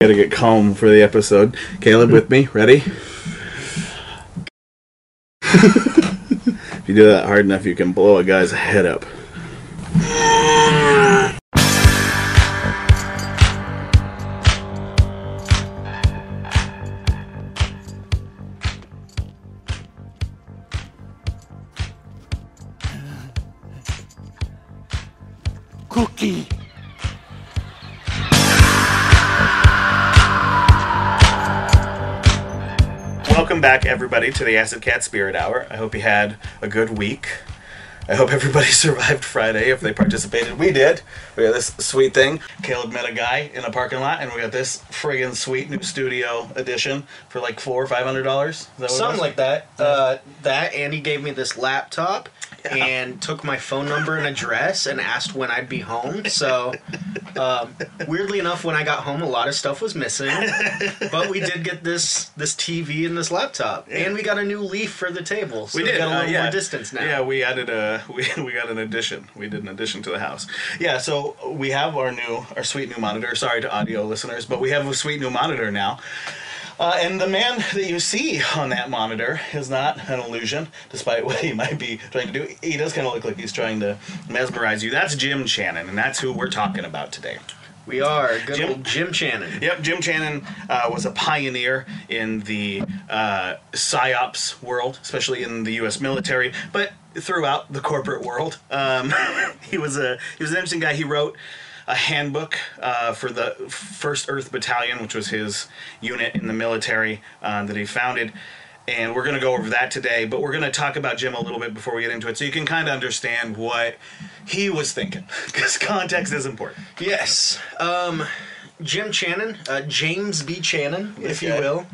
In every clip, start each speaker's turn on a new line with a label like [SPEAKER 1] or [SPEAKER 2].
[SPEAKER 1] Gotta get calm for the episode. Caleb, with me? Ready? if you do that hard enough, you can blow a guy's head up.
[SPEAKER 2] cookie.
[SPEAKER 1] Welcome back, everybody, to the Acid Cat Spirit Hour. I hope you had a good week. I hope everybody survived Friday if they participated. We did. We got this sweet thing. Caleb met a guy in a parking lot, and we got this friggin' sweet new studio edition for like four or five hundred dollars.
[SPEAKER 3] Something like that. Uh, that Andy gave me this laptop
[SPEAKER 1] Yeah.
[SPEAKER 3] and took my phone number and address and asked when I'd be home. So, um, weirdly enough, when I got home, a lot of stuff was missing. But we did get this this TV and this laptop, and we got a new leaf for the table. So
[SPEAKER 1] we
[SPEAKER 3] we,
[SPEAKER 1] did
[SPEAKER 3] got a
[SPEAKER 1] uh,
[SPEAKER 3] little
[SPEAKER 1] yeah.
[SPEAKER 3] more distance now.
[SPEAKER 1] Yeah, we added a we, we got an addition. We did an addition to the house. Yeah, so we have our new our sweet new monitor. Sorry to audio listeners, but we have a sweet new monitor now. Uh, and the man that you see on that monitor is not an illusion, despite what he might be trying to do. He does kind of look like he's trying to mesmerize you. That's Jim Shannon, and that's who we're talking about today.
[SPEAKER 3] We are good
[SPEAKER 1] Jim-
[SPEAKER 3] old Jim Shannon.
[SPEAKER 1] Yep, Jim Shannon uh, was a pioneer in the uh, psyops world, especially in the U.S. military, but throughout the corporate world. Um, he was a he was an interesting guy. He wrote a handbook uh, for the First Earth Battalion, which was his unit in the military uh, that he founded. And we're going to go over that today, but we're going to talk about Jim a little bit before we get into it so you can kind of understand what he was thinking, because context is important.
[SPEAKER 3] Yes. Um, Jim Shannon, uh, James B. Shannon, if you
[SPEAKER 1] guy.
[SPEAKER 3] will.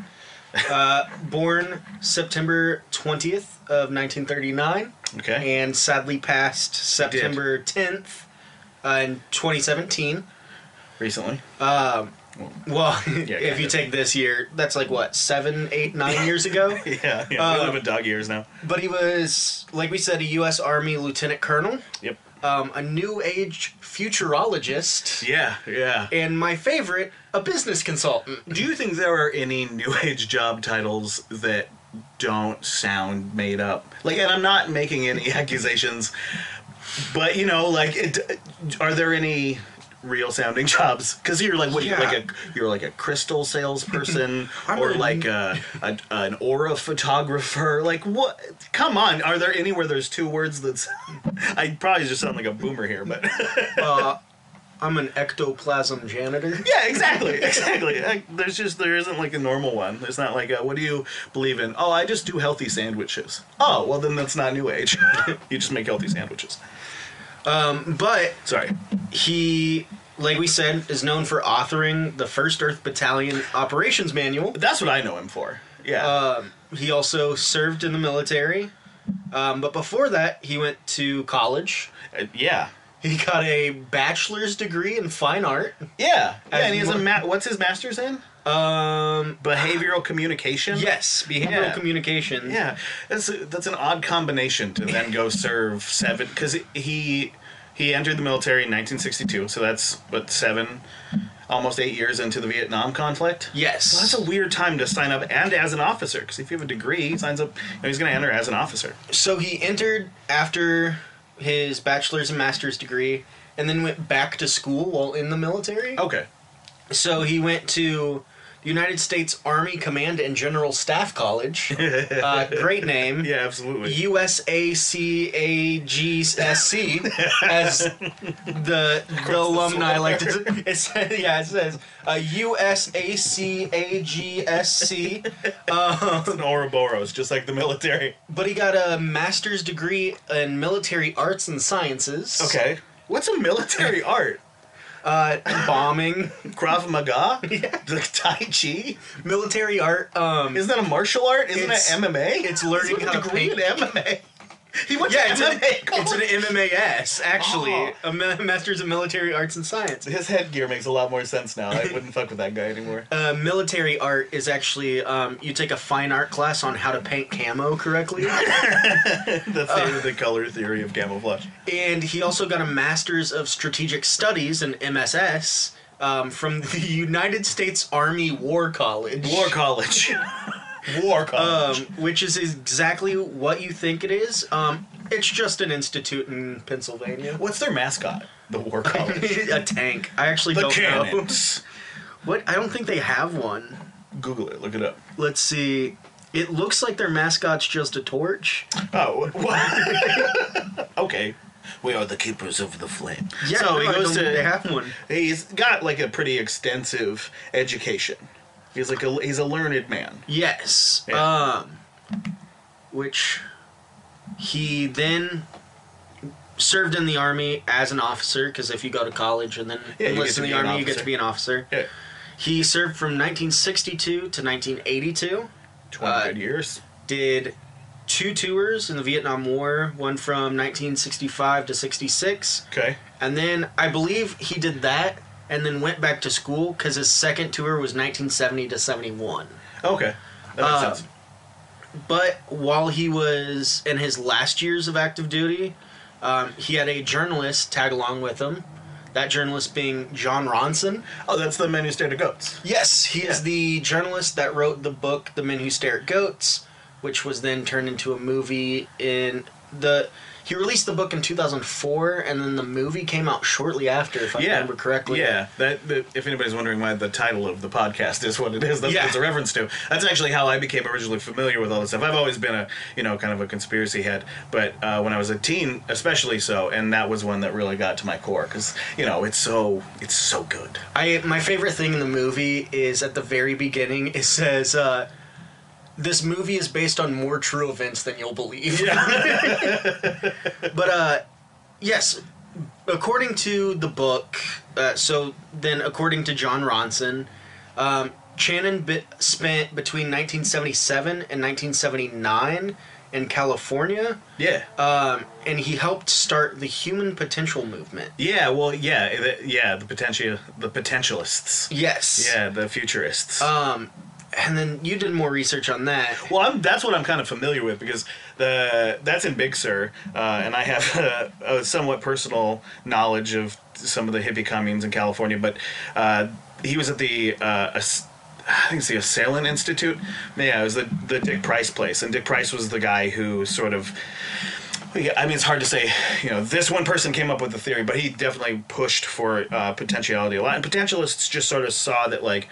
[SPEAKER 3] Uh, born September 20th of 1939
[SPEAKER 1] Okay?
[SPEAKER 3] and sadly passed
[SPEAKER 1] did.
[SPEAKER 3] September 10th uh, in 2017.
[SPEAKER 1] Recently.
[SPEAKER 3] Well, if
[SPEAKER 1] kind
[SPEAKER 3] you
[SPEAKER 1] of.
[SPEAKER 3] take this year, that's like what, seven, eight, nine years ago?
[SPEAKER 1] Yeah, yeah. we
[SPEAKER 3] Uh,
[SPEAKER 1] live in dog years now.
[SPEAKER 3] But he was, like we said, a U.S. Army Lieutenant Colonel,
[SPEAKER 1] Yep.
[SPEAKER 3] um, a new age futurologist.
[SPEAKER 1] Yeah, yeah.
[SPEAKER 3] and my favorite, a business consultant.
[SPEAKER 1] Do you think there are any new age job titles that don't sound made up? Like, and I'm not making any accusations, but you know, like, it, are there any real sounding jobs? Because you're like, what?
[SPEAKER 3] Yeah.
[SPEAKER 1] You're like a you're like a crystal salesperson,
[SPEAKER 3] I'm
[SPEAKER 1] or
[SPEAKER 3] a-
[SPEAKER 1] like a, a an aura photographer. Like, what? Come on, are there anywhere there's two words that's? I probably just sound like a boomer here, but.
[SPEAKER 3] Uh, I'm an ectoplasm janitor.
[SPEAKER 1] Yeah, exactly, exactly. Like, There's just there isn't like a normal one. There's not like a, what do you believe in? Oh, I just do healthy sandwiches. Oh, well then that's not new age. you just make healthy sandwiches.
[SPEAKER 3] But
[SPEAKER 1] Sorry.
[SPEAKER 3] he, like we said, is known for authoring the First Earth Battalion Operations Manual.
[SPEAKER 1] That's what I know him for. Yeah.
[SPEAKER 3] Um, he also served in the military. Um, but before that, he went to college.
[SPEAKER 1] Uh, yeah.
[SPEAKER 3] He got a bachelor's degree in fine art.
[SPEAKER 1] Yeah. Yeah,
[SPEAKER 3] As
[SPEAKER 1] and he has a
[SPEAKER 3] more-
[SPEAKER 1] ma- what's his master's in?
[SPEAKER 3] Um,
[SPEAKER 1] Behavioral communication.
[SPEAKER 3] yes, behavioral
[SPEAKER 1] Yeah.
[SPEAKER 3] communication.
[SPEAKER 1] Yeah, that's a, that's an odd combination to then go serve seven because he he entered the military in 1962, so that's what seven, almost eight years into the Vietnam conflict.
[SPEAKER 3] Yes.
[SPEAKER 1] So that's a weird time to sign up and as an officer because if you have a degree, he signs up. You know, he's going to enter as an officer.
[SPEAKER 3] So he entered after his bachelor's and master's degree and then went back to school while in the military.
[SPEAKER 1] Okay.
[SPEAKER 3] So he went to the United States Army Command and General Staff College. uh, great name.
[SPEAKER 1] Yeah, absolutely.
[SPEAKER 3] USACAGSC as the the alumni like to it says yeah it says uh, USACAGSC
[SPEAKER 1] it's an Ouroboros, just like the military.
[SPEAKER 3] but he got a master's degree in military arts and sciences
[SPEAKER 1] Okay. What's a military art?
[SPEAKER 3] uh, bombing
[SPEAKER 1] Krav Maga? Like Tai Chi?
[SPEAKER 3] military art um
[SPEAKER 1] Isn't that a martial art? Isn't
[SPEAKER 3] It's-
[SPEAKER 1] that MMA?
[SPEAKER 3] it's learning
[SPEAKER 1] He's got
[SPEAKER 3] how
[SPEAKER 1] a
[SPEAKER 3] to
[SPEAKER 1] degree
[SPEAKER 3] paint.
[SPEAKER 1] in MMA. He went to
[SPEAKER 3] Yeah, it's an,
[SPEAKER 1] MMA.
[SPEAKER 3] it's an
[SPEAKER 1] college.
[SPEAKER 3] MMAS, actually.
[SPEAKER 1] Oh.
[SPEAKER 3] A ma- Master's of Military Arts and Science.
[SPEAKER 1] His headgear makes a lot more sense now. I wouldn't fuck with that guy anymore.
[SPEAKER 3] Uh, military art is actually, um, you take a fine art class on how to paint camo correctly.
[SPEAKER 1] The, theory, the color theory of camouflage.
[SPEAKER 3] and he also got a Master's of Strategic Studies, an MSS, um, from the United States Army War College.
[SPEAKER 1] War college. War
[SPEAKER 3] um,
[SPEAKER 1] college.
[SPEAKER 3] which is exactly what you think it is. Um, it's just an institute in Pennsylvania.
[SPEAKER 1] What's their mascot? The war college.
[SPEAKER 3] a tank. I actually
[SPEAKER 1] the
[SPEAKER 3] don't know.
[SPEAKER 1] cannons.
[SPEAKER 3] What? I don't think they have one.
[SPEAKER 1] Google it. Look it up.
[SPEAKER 3] Let's see. It looks like their mascot's just a torch.
[SPEAKER 1] Oh, what? okay. We are the keepers of the flame.
[SPEAKER 3] Yeah,
[SPEAKER 1] so he
[SPEAKER 3] no, I
[SPEAKER 1] goes
[SPEAKER 3] don't
[SPEAKER 1] to.
[SPEAKER 3] think they have one.
[SPEAKER 1] He's got like a pretty extensive education. He's like a he's a learned man.
[SPEAKER 3] Yes.
[SPEAKER 1] Yeah.
[SPEAKER 3] Um, which he then served in the army as an officer because if you go to college and then
[SPEAKER 1] Yeah, you get
[SPEAKER 3] enlist
[SPEAKER 1] to
[SPEAKER 3] in the
[SPEAKER 1] be an
[SPEAKER 3] army, you get
[SPEAKER 1] officer.
[SPEAKER 3] to be an officer.
[SPEAKER 1] Yeah,
[SPEAKER 3] He served from 1962 to 1982.
[SPEAKER 1] twenty
[SPEAKER 3] Uh,
[SPEAKER 1] good years.
[SPEAKER 3] Did two tours in the Vietnam War, one from 1965 to 66,
[SPEAKER 1] Okay.
[SPEAKER 3] and then I believe he did that and then went back to school because his second tour was 1970 to 71.
[SPEAKER 1] Okay. That makes
[SPEAKER 3] Uh,
[SPEAKER 1] sense.
[SPEAKER 3] But while he was in his last years of active duty, um, he had a journalist tag along with him. That journalist being John Ronson.
[SPEAKER 1] Oh, that's the men who stared at goats.
[SPEAKER 3] Yes, he is
[SPEAKER 1] Yeah.
[SPEAKER 3] the journalist that wrote the book "The Men Who Stare at Goats," which was then turned into a movie. In the he released the book in 2004, and then the movie came out shortly after, if I
[SPEAKER 1] Yeah.
[SPEAKER 3] remember correctly.
[SPEAKER 1] Yeah. That, that if anybody's wondering why the title of the podcast is what it is, that's
[SPEAKER 3] Yeah.
[SPEAKER 1] what it's a reference to. That's actually how I became originally familiar with all this stuff. I've always been a you know kind of a conspiracy head, but uh, when I was a teen, especially so, and that was one that really got to my core because you know it's so it's so good.
[SPEAKER 3] I my favorite thing in the movie is at the very beginning. It says, uh, "This movie is based on more true events than you'll believe."
[SPEAKER 1] Yeah.
[SPEAKER 3] But uh, yes, according to the book, uh, so then according to John Ronson, um, Shannon bit, spent between 1977 and 1979 in California,
[SPEAKER 1] yeah. Uh,
[SPEAKER 3] um, and he helped start the Human Potential Movement.
[SPEAKER 1] Yeah, well, yeah, the, yeah, the potential, the potentialists.
[SPEAKER 3] Yes.
[SPEAKER 1] Yeah, the futurists.
[SPEAKER 3] Um, and then you did more research on that.
[SPEAKER 1] well, I'm, that's what I'm kind of familiar with because the that's in Big Sur, uh, and I have a, a somewhat personal knowledge of some of the hippie communes in California. But uh, he was at the uh, As- I think it's the Assailant Institute. Yeah, it was the the Dick Price place, and Dick Price was the guy who sort of Yeah, I mean, it's hard to say. You know, this one person came up with the theory, but he definitely pushed for uh, potentiality a lot. And potentialists just sort of saw that like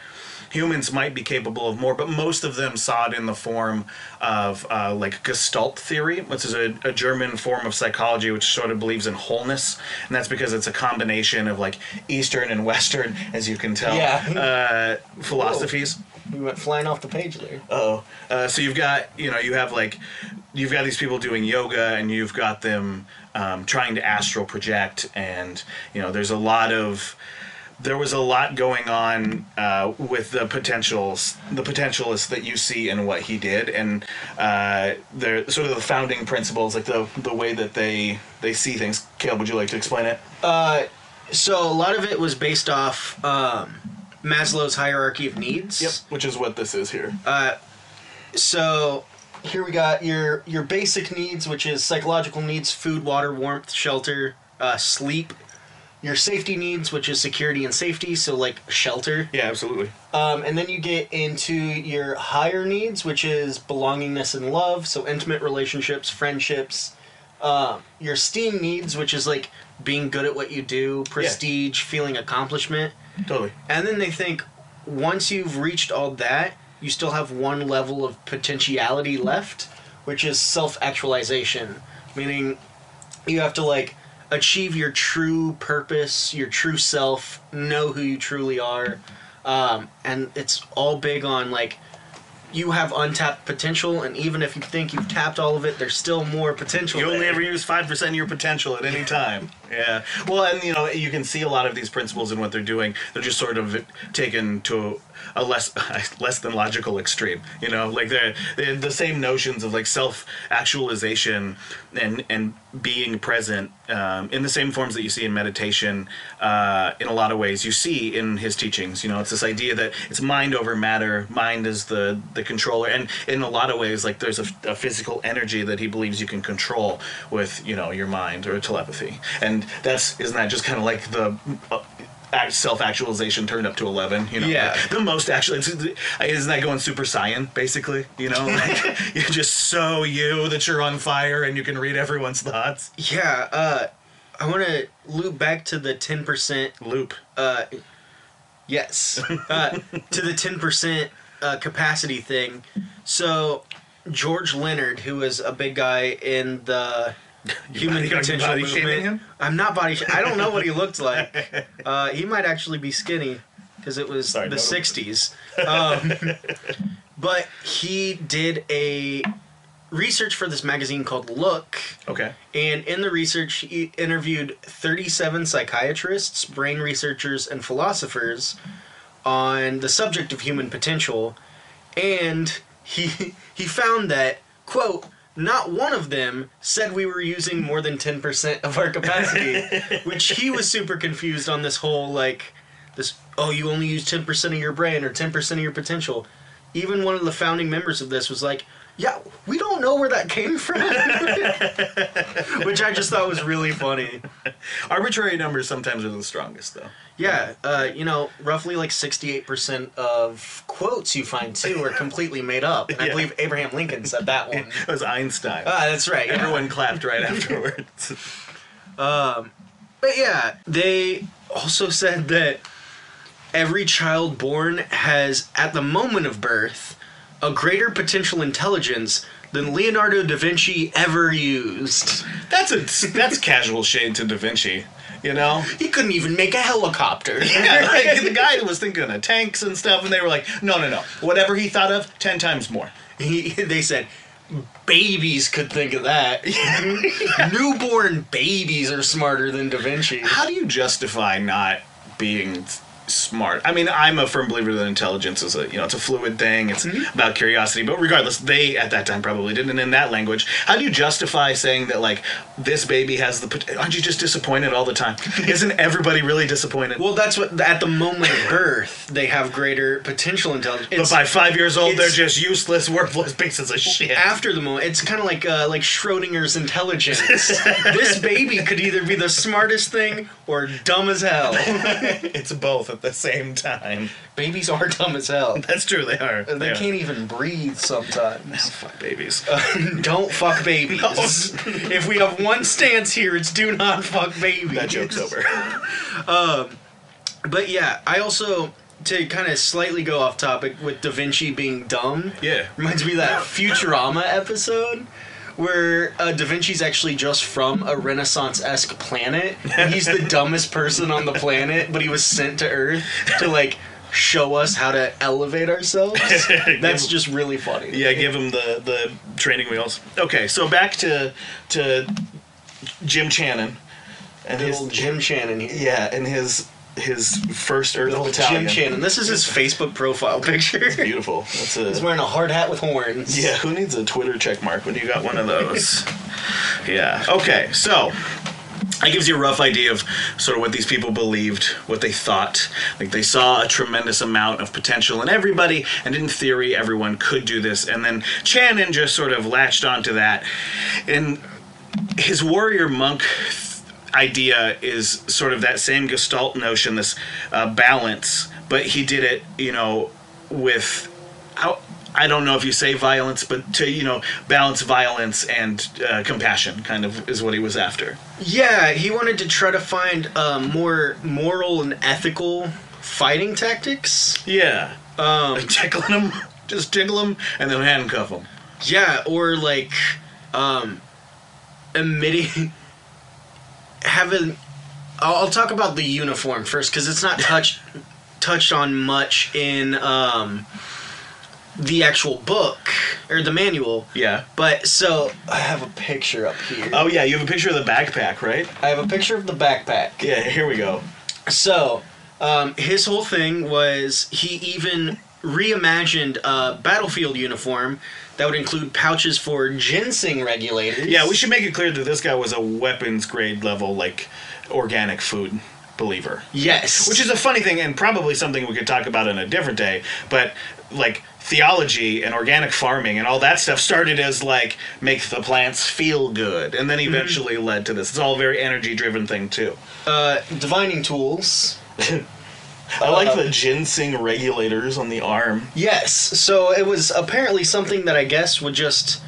[SPEAKER 1] humans might be capable of more, but most of them saw it in the form of uh, like Gestalt theory, which is a, a German form of psychology which sort of believes in wholeness, and that's because it's a combination of like Eastern and Western, as you can tell,
[SPEAKER 3] Yeah.
[SPEAKER 1] uh, philosophies.
[SPEAKER 3] We went flying off the page there.
[SPEAKER 1] Oh, uh, so you've got you know you have like you've got these people doing yoga and you've got them um, trying to astral project and you know there's a lot of there was a lot going on uh, with the potentials the potentialist that you see in what he did and uh, they're sort of the founding principles like the the way that they they see things. Caleb, would you like to explain it?
[SPEAKER 3] So a lot of it was based off um, Maslow's hierarchy of needs.
[SPEAKER 1] Which is what this is here.
[SPEAKER 3] Uh, So here we got your your basic needs, which is psychological needs, food, water, warmth, shelter, uh, sleep. Your safety needs, which is security and safety, so like shelter.
[SPEAKER 1] yeah, absolutely.
[SPEAKER 3] Um, and then you get into your higher needs, which is belongingness and love, so intimate relationships, friendships. Um, your STEAM needs, which is like being good at what you do, prestige, feeling accomplishment.
[SPEAKER 1] Totally.
[SPEAKER 3] And then they think once you've reached all that, you still have one level of potentiality left, which is self actualization, meaning you have to like achieve your true purpose, your true self, know who you truly are. Um, and it's all big on like you have untapped potential, and even if you think you've tapped all of it, there's still more potential.
[SPEAKER 1] You only
[SPEAKER 3] there.
[SPEAKER 1] ever use five percent of your potential at any time. Yeah. Well, and you know you can see a lot of these principles in what they're doing. They're just sort of taken to a less less than logical extreme. You know, like they're, they're the same notions of like self actualization and and being present um, in the same forms that you see in meditation. Uh, in a lot of ways, you see in his teachings. You know, it's this idea that it's mind over matter. Mind is the the controller, and in a lot of ways, like there's a, a physical energy that he believes you can control with you know your mind or telepathy, and that's isn't that just kind of like the uh, self actualization turned up to eleven. You know,
[SPEAKER 3] Yeah.
[SPEAKER 1] like, the most actually isn't that going super saiyan basically? You know, like, you're just so you that you're on fire and you can read everyone's thoughts.
[SPEAKER 3] Yeah, uh, I want to loop back to the 10%.
[SPEAKER 1] Loop.
[SPEAKER 3] Uh, yes, uh, to the 10% uh, capacity thing. So, George Leonard, who was a big guy in the human
[SPEAKER 1] body- you
[SPEAKER 3] potential
[SPEAKER 1] body shaming
[SPEAKER 3] movement,
[SPEAKER 1] him?
[SPEAKER 3] I'm not body. Sh- I don't know what he looked like. Uh, he might actually be skinny because it was
[SPEAKER 1] Sorry,
[SPEAKER 3] the
[SPEAKER 1] no.
[SPEAKER 3] 60s. Um, but he did a research for this magazine called Look.
[SPEAKER 1] Okay.
[SPEAKER 3] And in the research, he interviewed 37 psychiatrists, brain researchers, and philosophers on the subject of human potential. And he he found that, quote, not one of them said we were using more than 10% of our capacity, which he was super confused on this whole like this oh you only use 10% of your brain or 10% of your potential. Even one of the founding members of this was like, yeah, we don't know where that came from. which I just thought was really funny.
[SPEAKER 1] Arbitrary numbers sometimes are the strongest though.
[SPEAKER 3] Yeah, uh, you know, roughly like 68% of quotes you find too are completely made up. And I
[SPEAKER 1] Yeah.
[SPEAKER 3] believe Abraham Lincoln said that one.
[SPEAKER 1] It was Einstein.
[SPEAKER 3] Ah, that's right. yeah.
[SPEAKER 1] Everyone clapped right afterwards.
[SPEAKER 3] But yeah, they also said that every child born has, at the moment of birth, a greater potential intelligence than Leonardo da Vinci ever used.
[SPEAKER 1] that's a that's casual shade to Da Vinci. You know,
[SPEAKER 3] He couldn't even make a helicopter.
[SPEAKER 1] yeah, like the guy was thinking of tanks and stuff, and they were like, no, no, no, whatever he thought of, ten times more.
[SPEAKER 3] He, they said babies could think of that. Newborn babies are smarter than Da Vinci.
[SPEAKER 1] How do you justify not being s- smart? I mean, I'm a firm believer that intelligence is a you know it's a fluid thing. It's
[SPEAKER 3] Mm-hmm.
[SPEAKER 1] about curiosity, but regardless, they at that time probably didn't. And in that language, how do you justify saying that like this baby has the? pot- Aren't you just disappointed all the time? Isn't everybody really disappointed?
[SPEAKER 3] Well, that's what at the moment of birth they have greater potential intelligence.
[SPEAKER 1] but
[SPEAKER 3] It's
[SPEAKER 1] by five years old, they're
[SPEAKER 3] it's-
[SPEAKER 1] just useless, worthless pieces of shit.
[SPEAKER 3] after the moment. It's kind of like uh, like Schrodinger's intelligence. this baby could either be the smartest thing or dumb as hell.
[SPEAKER 1] It's both at the same time.
[SPEAKER 3] Babies are dumb as hell.
[SPEAKER 1] That's true. They are.
[SPEAKER 3] They can't Uh, even breathe sometimes.
[SPEAKER 1] fuck babies.
[SPEAKER 3] don't fuck babies.
[SPEAKER 1] No.
[SPEAKER 3] if we have one stance here, it's do not fuck babies.
[SPEAKER 1] that joke's over.
[SPEAKER 3] But yeah, I also to kind of slightly go off topic with Da Vinci being dumb.
[SPEAKER 1] Yeah.
[SPEAKER 3] reminds me of that Futurama episode where uh, Da Vinci's actually just from a Renaissance-esque planet, and he's the dumbest person on the planet, but he was sent to Earth to like show us how to elevate ourselves. That's just really funny.
[SPEAKER 1] Yeah, give him the the training wheels. Okay, so back to to Jim Channon and
[SPEAKER 3] Good
[SPEAKER 1] his
[SPEAKER 3] old Jim Shannon here.
[SPEAKER 1] yeah, and his his first Earth
[SPEAKER 3] Little
[SPEAKER 1] Battalion.
[SPEAKER 3] Jim Shannon. This is his Facebook profile picture. He's
[SPEAKER 1] Beautiful. That's a
[SPEAKER 3] wearing a hard hat with horns.
[SPEAKER 1] yeah. Who needs a Twitter check mark when you got one of those? yeah. Okay. So. That gives you a rough idea of sort of what these people believed, what they thought. Like they saw a tremendous amount of potential in everybody, and in theory, everyone could do this. And then Channon just sort of latched onto that. And his warrior monk th- idea is sort of that same Gestalt notion, this uh, balance, but he did it, you know, with. I, I don't know if you say violence, but to, you know, balance violence and uh, compassion kind of is what he was after.
[SPEAKER 3] Yeah, he wanted to try to find uh, more moral and ethical fighting tactics.
[SPEAKER 1] Yeah. Um, tickling them, just tickle them, and then handcuff them.
[SPEAKER 3] Yeah, or like um, emitting having. I'll, I'll talk about the uniform first because it's not touched touched on much in um, the actual book or the manual.
[SPEAKER 1] Yeah.
[SPEAKER 3] But so I have a picture up here.
[SPEAKER 1] Oh yeah, you have a picture of the backpack, right?
[SPEAKER 3] I have a picture of the backpack.
[SPEAKER 1] Yeah. Here we go.
[SPEAKER 3] So, um, his whole thing was he even reimagined a battlefield uniform that would include pouches for ginseng regulators.
[SPEAKER 1] Yeah, we should make it clear that this guy was a weapons grade level, like organic food believer.
[SPEAKER 3] Yes.
[SPEAKER 1] Which is a funny thing, and probably something we could talk about on a different day. But like theology and organic farming and all that stuff started as like make the plants feel good,
[SPEAKER 3] Mm-hmm.
[SPEAKER 1] and then eventually led to this. It's all a very energy driven thing too.
[SPEAKER 3] uh, divining tools. Uh,
[SPEAKER 1] I like the ginseng regulators on the arm.
[SPEAKER 3] Yes. So it was apparently something that I guess would just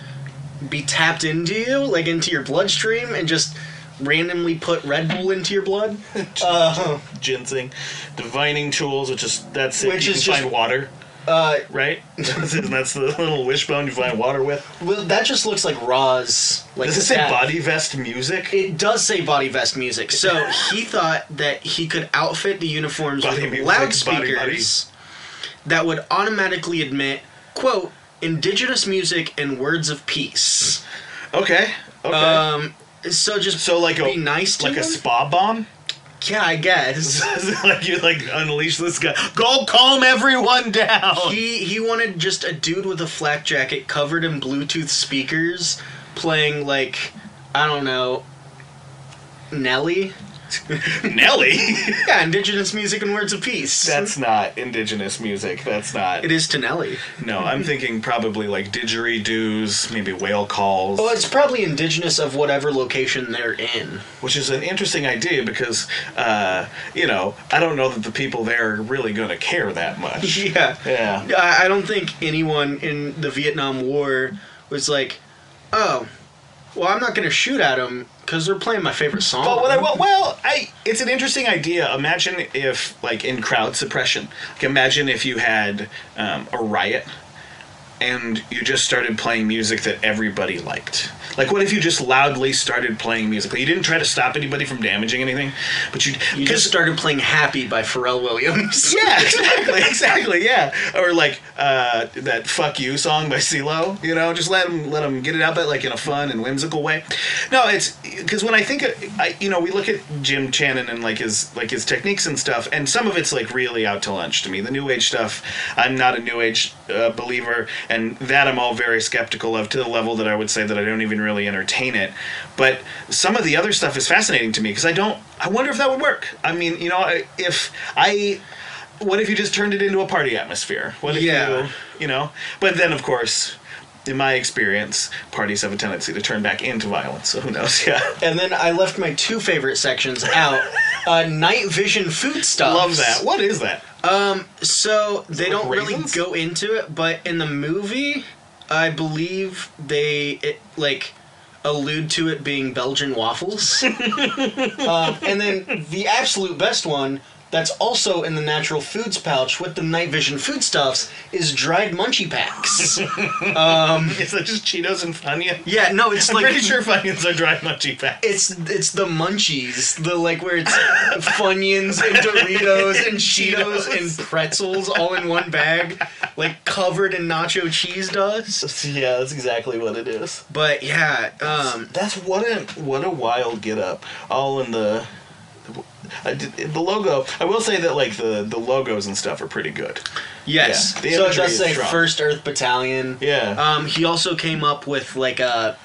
[SPEAKER 3] be tapped into you, like into your bloodstream, and just randomly put Red Bull into your blood. Uh,
[SPEAKER 1] Ginseng, divining tools, which is that's it.
[SPEAKER 3] Which
[SPEAKER 1] you
[SPEAKER 3] is
[SPEAKER 1] can
[SPEAKER 3] just-
[SPEAKER 1] find water,
[SPEAKER 3] uh,
[SPEAKER 1] right? and that's the little wishbone you find water with.
[SPEAKER 3] well, that just looks like Roz. Like
[SPEAKER 1] Does it say
[SPEAKER 3] stat-
[SPEAKER 1] body vest music?
[SPEAKER 3] It does say body vest music. So he thought that he could outfit the uniforms
[SPEAKER 1] Body
[SPEAKER 3] with
[SPEAKER 1] music, body,
[SPEAKER 3] loudspeakers
[SPEAKER 1] body.
[SPEAKER 3] that would automatically admit, quote, indigenous music and words of peace.
[SPEAKER 1] Okay. Okay.
[SPEAKER 3] Um, so just
[SPEAKER 1] so like a
[SPEAKER 3] be nice to
[SPEAKER 1] like a
[SPEAKER 3] him?
[SPEAKER 1] spa bomb.
[SPEAKER 3] Yeah, I guess.
[SPEAKER 1] like you like unleash this guy. Go calm everyone down.
[SPEAKER 3] He he wanted just a dude with a flak jacket covered in Bluetooth speakers playing like I don't know Nelly.
[SPEAKER 1] Nelly.
[SPEAKER 3] Yeah, indigenous music and words of peace.
[SPEAKER 1] that's not indigenous music. That's not.
[SPEAKER 3] it is to Nelly.
[SPEAKER 1] No, I'm thinking probably like didgeridoos, maybe whale calls,
[SPEAKER 3] Well, it's probably indigenous of whatever location they're in.
[SPEAKER 1] which is an interesting idea because, uh, you know, I don't know that the people there are really going to care that much.
[SPEAKER 3] Yeah.
[SPEAKER 1] Yeah.
[SPEAKER 3] I, I don't think anyone in the Vietnam War was like, oh, well, I'm not going to shoot at them because they're playing my favorite song.
[SPEAKER 1] But what I well, well, I it's an interesting idea. Imagine if like in crowd suppression, like imagine if you had um, a riot and you just started playing music that everybody liked. Like what if you just loudly started playing music? Like, you didn't try to stop anybody from damaging anything, but you
[SPEAKER 3] you just started playing Happy by Pharrell Williams.
[SPEAKER 1] Yeah, exactly, exactly, yeah. Or like uh, that "fuck you" song by CeeLo. You know, just let them let them get it out, but like in a fun and whimsical way. No, it's because when I think, of, I you know, we look at Jim Channon and like his like his techniques and stuff, and some of it's like really out to lunch to me. The new age stuff, I'm not a new age uh, believer, and that I'm all very skeptical of to the level that I would say that I don't even really entertain it. But some of the other stuff is fascinating to me because I don't. I wonder if that would work. I mean, you know, I- if I what if you just turned it into a party atmosphere? What if
[SPEAKER 3] Yeah.
[SPEAKER 1] you, you know? But then, of course, in my experience, parties have a tendency to turn back into violence. So who knows? Yeah,
[SPEAKER 3] And then I left my two favorite sections out. Uh, night vision food stuff.
[SPEAKER 1] love that. What is that?
[SPEAKER 3] So they
[SPEAKER 1] it
[SPEAKER 3] don't
[SPEAKER 1] like
[SPEAKER 3] really
[SPEAKER 1] raisins?
[SPEAKER 3] go into it, but in the movie, I believe they it, like allude to it being Belgian waffles. um, and then the absolute best one that's also in the natural foods pouch with the night vision foodstuffs is dried munchie packs.
[SPEAKER 1] Is that just Cheetos and Funyuns?
[SPEAKER 3] yeah, no, it's
[SPEAKER 1] I'm
[SPEAKER 3] like
[SPEAKER 1] pretty sure Funyuns are dry munchy packs.
[SPEAKER 3] It's it's the munchies, the like where it's Funyuns and Doritos and Cheetos and pretzels all in one bag, like covered in nacho cheese dust.
[SPEAKER 1] Yeah, that's exactly what it is.
[SPEAKER 3] But yeah, um,
[SPEAKER 1] That's what a what a wild get up. All in the. I did, the logo. I will say that like the the logos and stuff are pretty good.
[SPEAKER 3] yes.
[SPEAKER 1] Yeah, the
[SPEAKER 3] so it
[SPEAKER 1] imagery
[SPEAKER 3] does
[SPEAKER 1] is
[SPEAKER 3] say
[SPEAKER 1] strong.
[SPEAKER 3] First Earth Battalion.
[SPEAKER 1] Yeah.
[SPEAKER 3] Um, he also came up with like a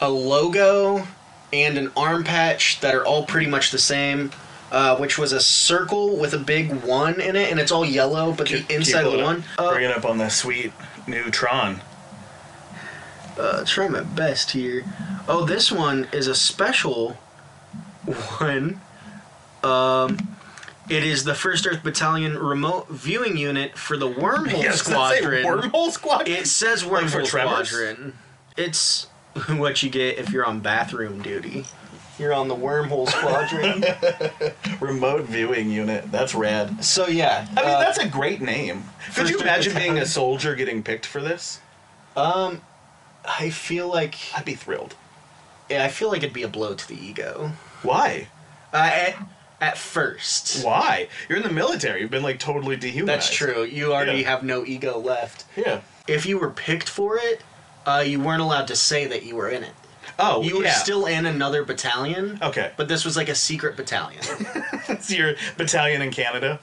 [SPEAKER 3] a logo and an arm patch that are all pretty much the same. Uh, which was a circle with a big one in it, and it's all yellow, but
[SPEAKER 1] Keep-
[SPEAKER 3] the
[SPEAKER 1] keep
[SPEAKER 3] inside of the
[SPEAKER 1] it up.
[SPEAKER 3] one.
[SPEAKER 1] Bring it up on the sweet new Tron.
[SPEAKER 3] uh, try my best here. Oh, this one is a special one. Um, it is the First Earth Battalion remote viewing unit for the Wormhole
[SPEAKER 1] Yeah, does it say
[SPEAKER 3] Squadron.
[SPEAKER 1] Wormhole Squadron.
[SPEAKER 3] It says
[SPEAKER 1] Like for
[SPEAKER 3] Wormhole
[SPEAKER 1] Tremors?
[SPEAKER 3] Squadron. It's what you get if you're on bathroom duty. You're on the Wormhole Squadron.
[SPEAKER 1] Remote viewing unit. That's rad.
[SPEAKER 3] so yeah,
[SPEAKER 1] I mean,
[SPEAKER 3] uh,
[SPEAKER 1] that's a great name. Could you
[SPEAKER 3] First
[SPEAKER 1] imagine
[SPEAKER 3] Battalion.
[SPEAKER 1] being a soldier getting picked for this?
[SPEAKER 3] um, I feel like
[SPEAKER 1] I'd be thrilled.
[SPEAKER 3] yeah, I feel like it'd be a blow to the ego.
[SPEAKER 1] Why?
[SPEAKER 3] Uh, at, at first.
[SPEAKER 1] Why? You're in the military. You've been like totally dehumanized.
[SPEAKER 3] That's true. You already
[SPEAKER 1] Yeah.
[SPEAKER 3] have no ego left.
[SPEAKER 1] Yeah.
[SPEAKER 3] If you were picked for it, uh, you weren't allowed to say that you were in it.
[SPEAKER 1] Oh,
[SPEAKER 3] You were
[SPEAKER 1] yeah.
[SPEAKER 3] still in another battalion.
[SPEAKER 1] okay. But
[SPEAKER 3] But this was like a secret battalion.
[SPEAKER 1] that's your battalion in Canada.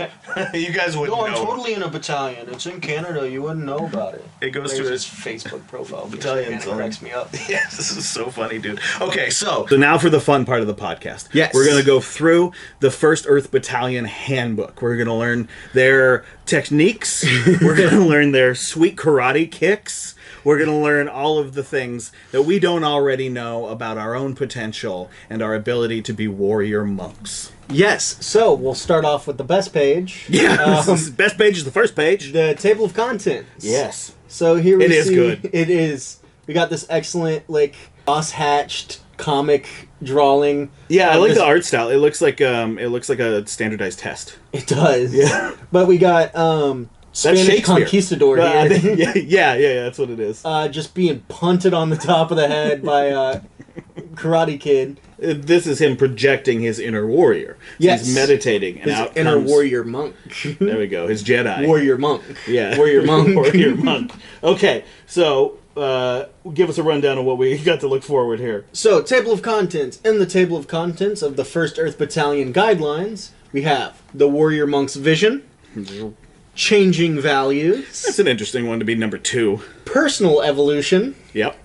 [SPEAKER 3] yeah.
[SPEAKER 1] you guys wouldn't
[SPEAKER 3] No, I'm
[SPEAKER 1] know.
[SPEAKER 3] totally in a battalion. It's in Canada. You wouldn't know about it.
[SPEAKER 1] It goes to
[SPEAKER 3] There's
[SPEAKER 1] a-
[SPEAKER 3] Facebook profile. picture,
[SPEAKER 1] Battalions
[SPEAKER 3] and it
[SPEAKER 1] on-
[SPEAKER 3] cracks me up.
[SPEAKER 1] Yeah, this is so funny, dude. Okay, so
[SPEAKER 4] So now for the fun part of the podcast.
[SPEAKER 3] Yes.
[SPEAKER 4] We're going to go through the First Earth Battalion handbook. We're going to learn their techniques. We're going to learn their sweet karate kicks.
[SPEAKER 1] We're going to learn all of the things that we don't already know about our own potential and our ability to be warrior monks.
[SPEAKER 3] Yes, so we'll start off with the best page.
[SPEAKER 1] Yeah,
[SPEAKER 3] Um,
[SPEAKER 1] this is- best page is the first page.
[SPEAKER 3] the table of contents.
[SPEAKER 1] Yes.
[SPEAKER 3] So here we
[SPEAKER 1] It is
[SPEAKER 3] see-
[SPEAKER 1] good.
[SPEAKER 3] It is. We got this excellent like us hatched comic drawing.
[SPEAKER 1] Yeah, I
[SPEAKER 3] of
[SPEAKER 1] like
[SPEAKER 3] this-
[SPEAKER 1] the art style. It looks like um, it looks like a standardized test.
[SPEAKER 3] It does. But we got um Spanish
[SPEAKER 1] Shakespeare.
[SPEAKER 3] conquistador
[SPEAKER 1] Uh, I
[SPEAKER 3] here.
[SPEAKER 1] think- yeah, yeah, yeah, yeah, that's what it is. Uh,
[SPEAKER 3] uh, just being punted on the top of the head by uh, Karate Kid.
[SPEAKER 1] this is him projecting his inner warrior.
[SPEAKER 3] Yes.
[SPEAKER 1] he's meditating and
[SPEAKER 3] His
[SPEAKER 1] out
[SPEAKER 3] inner
[SPEAKER 1] comes-
[SPEAKER 3] warrior monk.
[SPEAKER 1] There we go. His Jedi.
[SPEAKER 3] warrior monk.
[SPEAKER 1] Yeah.
[SPEAKER 3] Warrior monk.
[SPEAKER 1] warrior monk. Okay, so uh, give us a rundown of what we got to look forward here.
[SPEAKER 3] So, table of contents. In the table of contents of the 1st Earth Battalion guidelines, we have the warrior monk's vision, changing values,
[SPEAKER 1] It's an interesting one to be number two.
[SPEAKER 3] personal evolution,
[SPEAKER 1] Yep.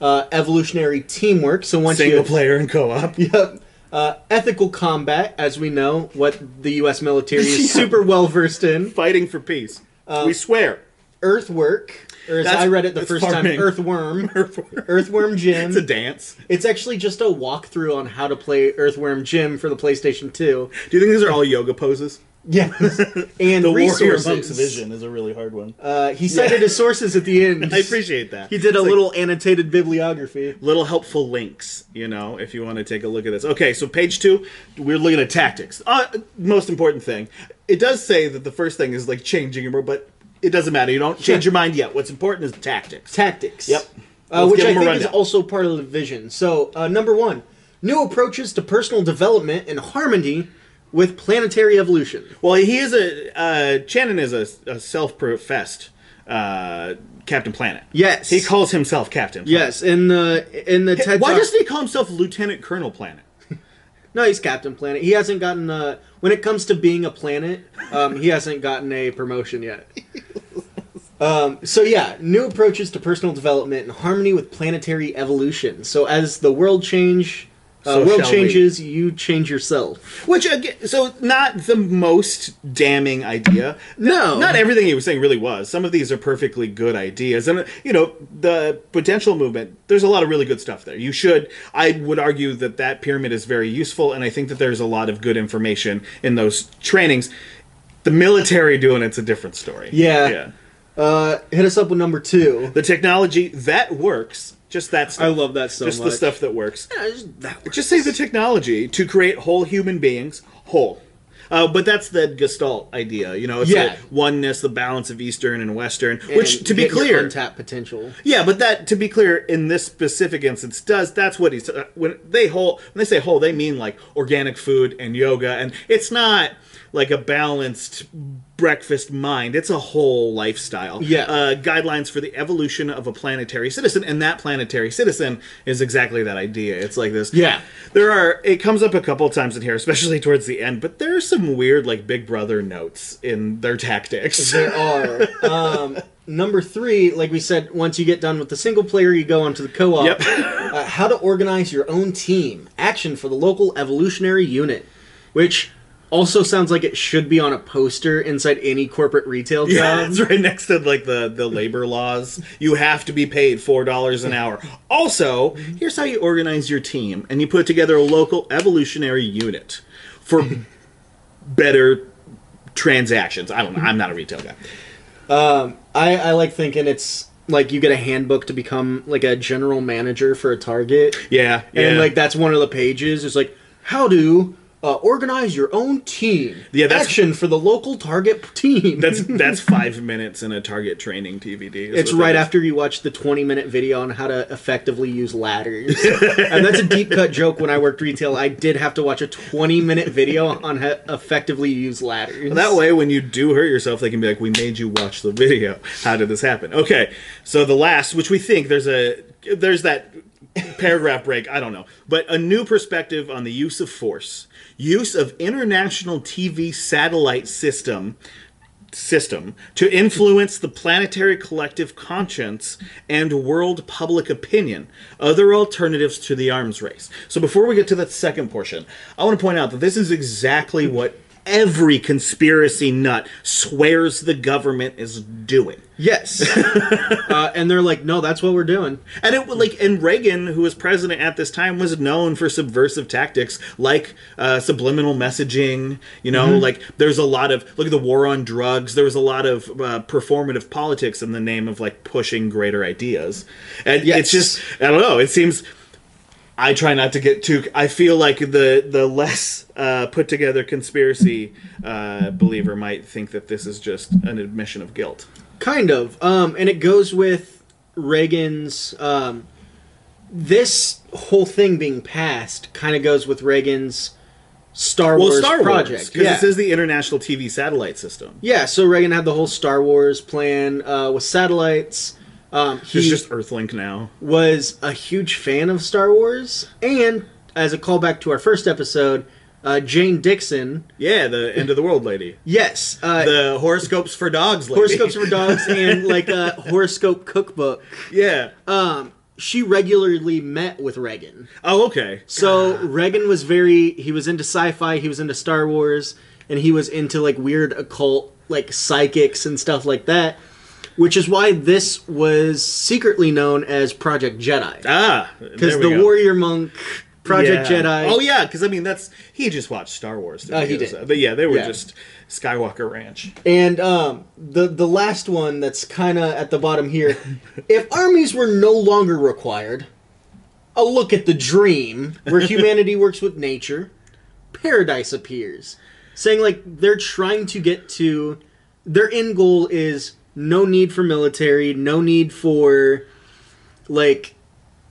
[SPEAKER 3] uh, evolutionary teamwork. So once
[SPEAKER 1] Single
[SPEAKER 3] you
[SPEAKER 1] player and co-op.
[SPEAKER 3] Yep. Uh, ethical combat, as we know, what the U.S. military is super well versed in.
[SPEAKER 1] Fighting for peace.
[SPEAKER 3] Um,
[SPEAKER 1] we swear.
[SPEAKER 3] Earthwork, or as
[SPEAKER 1] That's-
[SPEAKER 3] I read it the
[SPEAKER 1] that's
[SPEAKER 3] first
[SPEAKER 1] farming.
[SPEAKER 3] time, Earthworm. Earthworm Jim.
[SPEAKER 1] It's a dance.
[SPEAKER 3] It's actually just a walkthrough on how to play Earthworm Jim for the PlayStation 2.
[SPEAKER 1] Do you think these are all yoga poses?
[SPEAKER 3] Yes. and
[SPEAKER 1] The
[SPEAKER 3] resources.
[SPEAKER 1] Warrior Monk's Vision is a really hard one.
[SPEAKER 3] Uh, he cited his sources at the end.
[SPEAKER 1] I appreciate that.
[SPEAKER 3] He did a
[SPEAKER 1] It's like
[SPEAKER 3] little annotated bibliography.
[SPEAKER 1] little helpful links, you know, if you want to take a look at this. Okay, so page two, we're looking at tactics. Uh, most important thing. It does say that the first thing is like changing your but it doesn't matter. You don't change your mind yet. What's important is tactics.
[SPEAKER 3] tactics.
[SPEAKER 1] Yep.
[SPEAKER 3] Uh,
[SPEAKER 1] Let's
[SPEAKER 3] which
[SPEAKER 1] give
[SPEAKER 3] I
[SPEAKER 1] them a
[SPEAKER 3] think is
[SPEAKER 1] rundown.
[SPEAKER 3] also part of the vision. So, uh, number one, new approaches to personal development in harmony with planetary evolution.
[SPEAKER 1] Well, he is a uh, Shannon is a, a self-professed uh, Captain Planet.
[SPEAKER 3] Yes.
[SPEAKER 1] he calls himself Captain. Planet.
[SPEAKER 3] Yes, in the in the TED
[SPEAKER 1] Why
[SPEAKER 3] Talk-
[SPEAKER 1] doesn't he call himself Lieutenant Colonel Planet?
[SPEAKER 3] no, he's Captain Planet. He hasn't gotten uh, when it comes to being a planet, um, he hasn't gotten a promotion yet. Um, so yeah, new approaches to personal development in harmony with planetary evolution. So as the world change, uh,
[SPEAKER 1] So
[SPEAKER 3] world
[SPEAKER 1] shall we.
[SPEAKER 3] changes, you change yourself.
[SPEAKER 1] Which again, so not the most damning idea.
[SPEAKER 3] No,
[SPEAKER 1] Not everything he was saying really was. Some of these are perfectly good ideas, and uh, you know the potential movement. There's a lot of really good stuff there. You should. I would argue that that pyramid is very useful, and I think that there's a lot of good information in those trainings. The military doing it's a different story.
[SPEAKER 3] Yeah.
[SPEAKER 1] yeah.
[SPEAKER 3] Uh, hit us up with number two.
[SPEAKER 1] The technology that works, just that stuff.
[SPEAKER 3] I love that so
[SPEAKER 1] just
[SPEAKER 3] much.
[SPEAKER 1] the stuff that works.
[SPEAKER 3] that works.
[SPEAKER 1] Just say the technology to create whole human beings whole. Uh, but that's the Gestalt idea, you know. It's
[SPEAKER 3] Yeah.
[SPEAKER 1] the oneness, the balance of Eastern and Western. which, to be clear,
[SPEAKER 3] untapped potential.
[SPEAKER 1] yeah, but that to be clear, in this specific instance, does that's what he's uh, when they whole when they say whole, they mean like organic food and yoga, and it's not like a balanced breakfast mind. It's a whole lifestyle.
[SPEAKER 3] Yeah.
[SPEAKER 1] uh, guidelines for the evolution of a planetary citizen, and that planetary citizen is exactly that idea. It's like this.
[SPEAKER 3] Yeah.
[SPEAKER 1] there are. It comes up a couple times in here, especially towards the end. But there are some weird like Big Brother notes in their tactics.
[SPEAKER 3] There are. Um, number three, like we said, once you get done with the single player, you go onto the co-op.
[SPEAKER 1] Yep.
[SPEAKER 3] uh, how to organize your own team. Action for the local evolutionary unit, which also sounds like it should be on a poster inside any corporate retail job.
[SPEAKER 1] Yeah, it's right next to like the the labor laws. You have to be paid four dollars an hour. Also, here's how you organize your team, and you put together a local evolutionary unit for better transactions. I don't know. I'm not a retail guy.
[SPEAKER 3] I, I like thinking it's like you get a handbook to become like a general manager for a target.
[SPEAKER 1] Yeah,
[SPEAKER 3] And
[SPEAKER 1] yeah.
[SPEAKER 3] like that's one of the pages. It's like how to uh, organize your own team.
[SPEAKER 1] Yeah, that's-
[SPEAKER 3] action for the local target team.
[SPEAKER 1] That's that's five minutes in a Target training TVD. is
[SPEAKER 3] it's
[SPEAKER 1] what that
[SPEAKER 3] right
[SPEAKER 1] is.
[SPEAKER 3] after you watch the 20 minute video on how to effectively use ladders. and that's a deep cut joke when I worked retail. I did have to watch a 20 minute video on how to effectively use ladders.
[SPEAKER 1] That way, when you do hurt yourself, they can be like, "We made you watch the video. How did this happen?" Okay, so the last, which we think there's a there's that paragraph break. I don't know, but a new perspective on the use of force, use of international TV satellite system system to influence the planetary collective conscience and world public opinion, other alternatives to the arms race. So before we get to that second portion, I want to point out that this is exactly what every conspiracy nut swears the government is doing.
[SPEAKER 3] Yes. uh, and they're like, no, that's what we're doing.
[SPEAKER 1] And it was like, and Reagan, who was president at this time, was known for subversive tactics like uh, subliminal messaging. You know,
[SPEAKER 3] Mm-hmm.
[SPEAKER 1] like there's a lot of look at the war on drugs. There was a lot of uh, performative politics in the name of like pushing greater ideas. And it's
[SPEAKER 3] Yes.
[SPEAKER 1] just, I don't know. It seems. I try not to get too. I feel like the the less uh, put together conspiracy uh, believer might think that this is just an admission of guilt.
[SPEAKER 3] Kind of. Um, and it goes with Reagan's. Um, this whole thing being passed kind of goes with Reagan's Star
[SPEAKER 1] Well,
[SPEAKER 3] Wars
[SPEAKER 1] Star Wars,
[SPEAKER 3] project.
[SPEAKER 1] because
[SPEAKER 3] yeah.
[SPEAKER 1] this is the international TV satellite system.
[SPEAKER 3] yeah, so Reagan had the whole Star Wars plan uh, with satellites. Um, he
[SPEAKER 1] It's just Earthlink now.
[SPEAKER 3] was a huge fan of Star Wars. And as a callback to our first episode, uh, Jane Dixon.
[SPEAKER 1] Yeah, the end of the world lady.
[SPEAKER 3] Yes. Uh,
[SPEAKER 1] The horoscopes for dogs lady.
[SPEAKER 3] horoscopes for dogs and like a horoscope cookbook.
[SPEAKER 1] Yeah. Uh,
[SPEAKER 3] She regularly met with Reagan.
[SPEAKER 1] oh, okay.
[SPEAKER 3] So Reagan was very he was into sci-fi, he was into Star Wars, and he was into like weird occult like psychics and stuff like that, which is why this was secretly known as Project Jedi.
[SPEAKER 1] Ah,
[SPEAKER 3] Cuz the warrior monk Project
[SPEAKER 1] Yeah.
[SPEAKER 3] Jedi.
[SPEAKER 1] Oh yeah, because I mean that's he just watched Star Wars. to
[SPEAKER 3] Oh,
[SPEAKER 1] me,
[SPEAKER 3] he did.
[SPEAKER 1] so- But yeah, they were
[SPEAKER 3] Yeah.
[SPEAKER 1] just Skywalker Ranch.
[SPEAKER 3] And um, the the last one that's kind of at the bottom here, if armies were no longer required, a look at the dream where humanity works with nature, paradise appears. Saying like they're trying to get to their end goal is no need for military, no need for like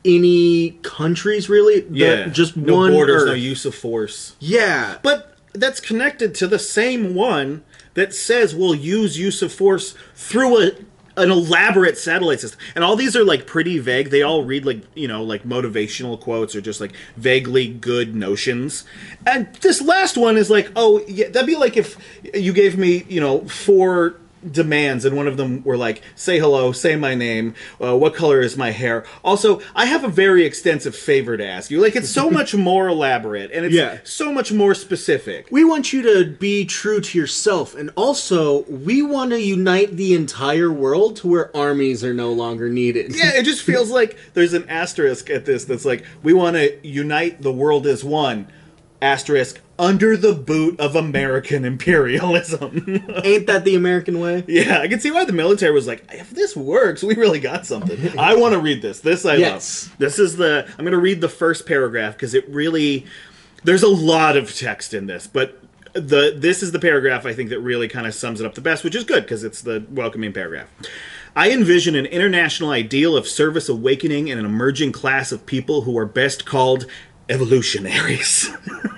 [SPEAKER 3] any countries really. The-
[SPEAKER 1] Yeah,
[SPEAKER 3] just
[SPEAKER 1] no
[SPEAKER 3] one
[SPEAKER 1] borders, no
[SPEAKER 3] Earth.
[SPEAKER 1] use of force.
[SPEAKER 3] Yeah,
[SPEAKER 1] But that's connected to the same one that says we'll use use of force through a an elaborate satellite system. And all these are like pretty vague. They all read like, you know, like motivational quotes or just like vaguely good notions. And this last one is like, oh, yeah, that'd be like if you gave me, you know, four demands and one of them were like say hello say my name uh, what color is my hair also i have a very extensive favor to ask you like it's so much more elaborate and it's
[SPEAKER 3] Yeah.
[SPEAKER 1] so much more specific
[SPEAKER 3] We want you to be true to yourself, and also we want to unite the entire world to where armies are no longer needed.
[SPEAKER 1] yeah it just feels like there's an asterisk at this that's like we want to unite the world as one asterisk under the boot of american imperialism
[SPEAKER 3] Ain't that the American way?
[SPEAKER 1] yeah i can see why the military was like if this works we really got something i want to read this this i
[SPEAKER 3] Yes.
[SPEAKER 1] love this is the i'm going to read the first paragraph because it really there's a lot of text in this but the this is the paragraph i think that really kind of sums it up the best which is good because it's the welcoming paragraph I envision an international ideal of service awakening and an emerging class of people who are best called evolutionaries.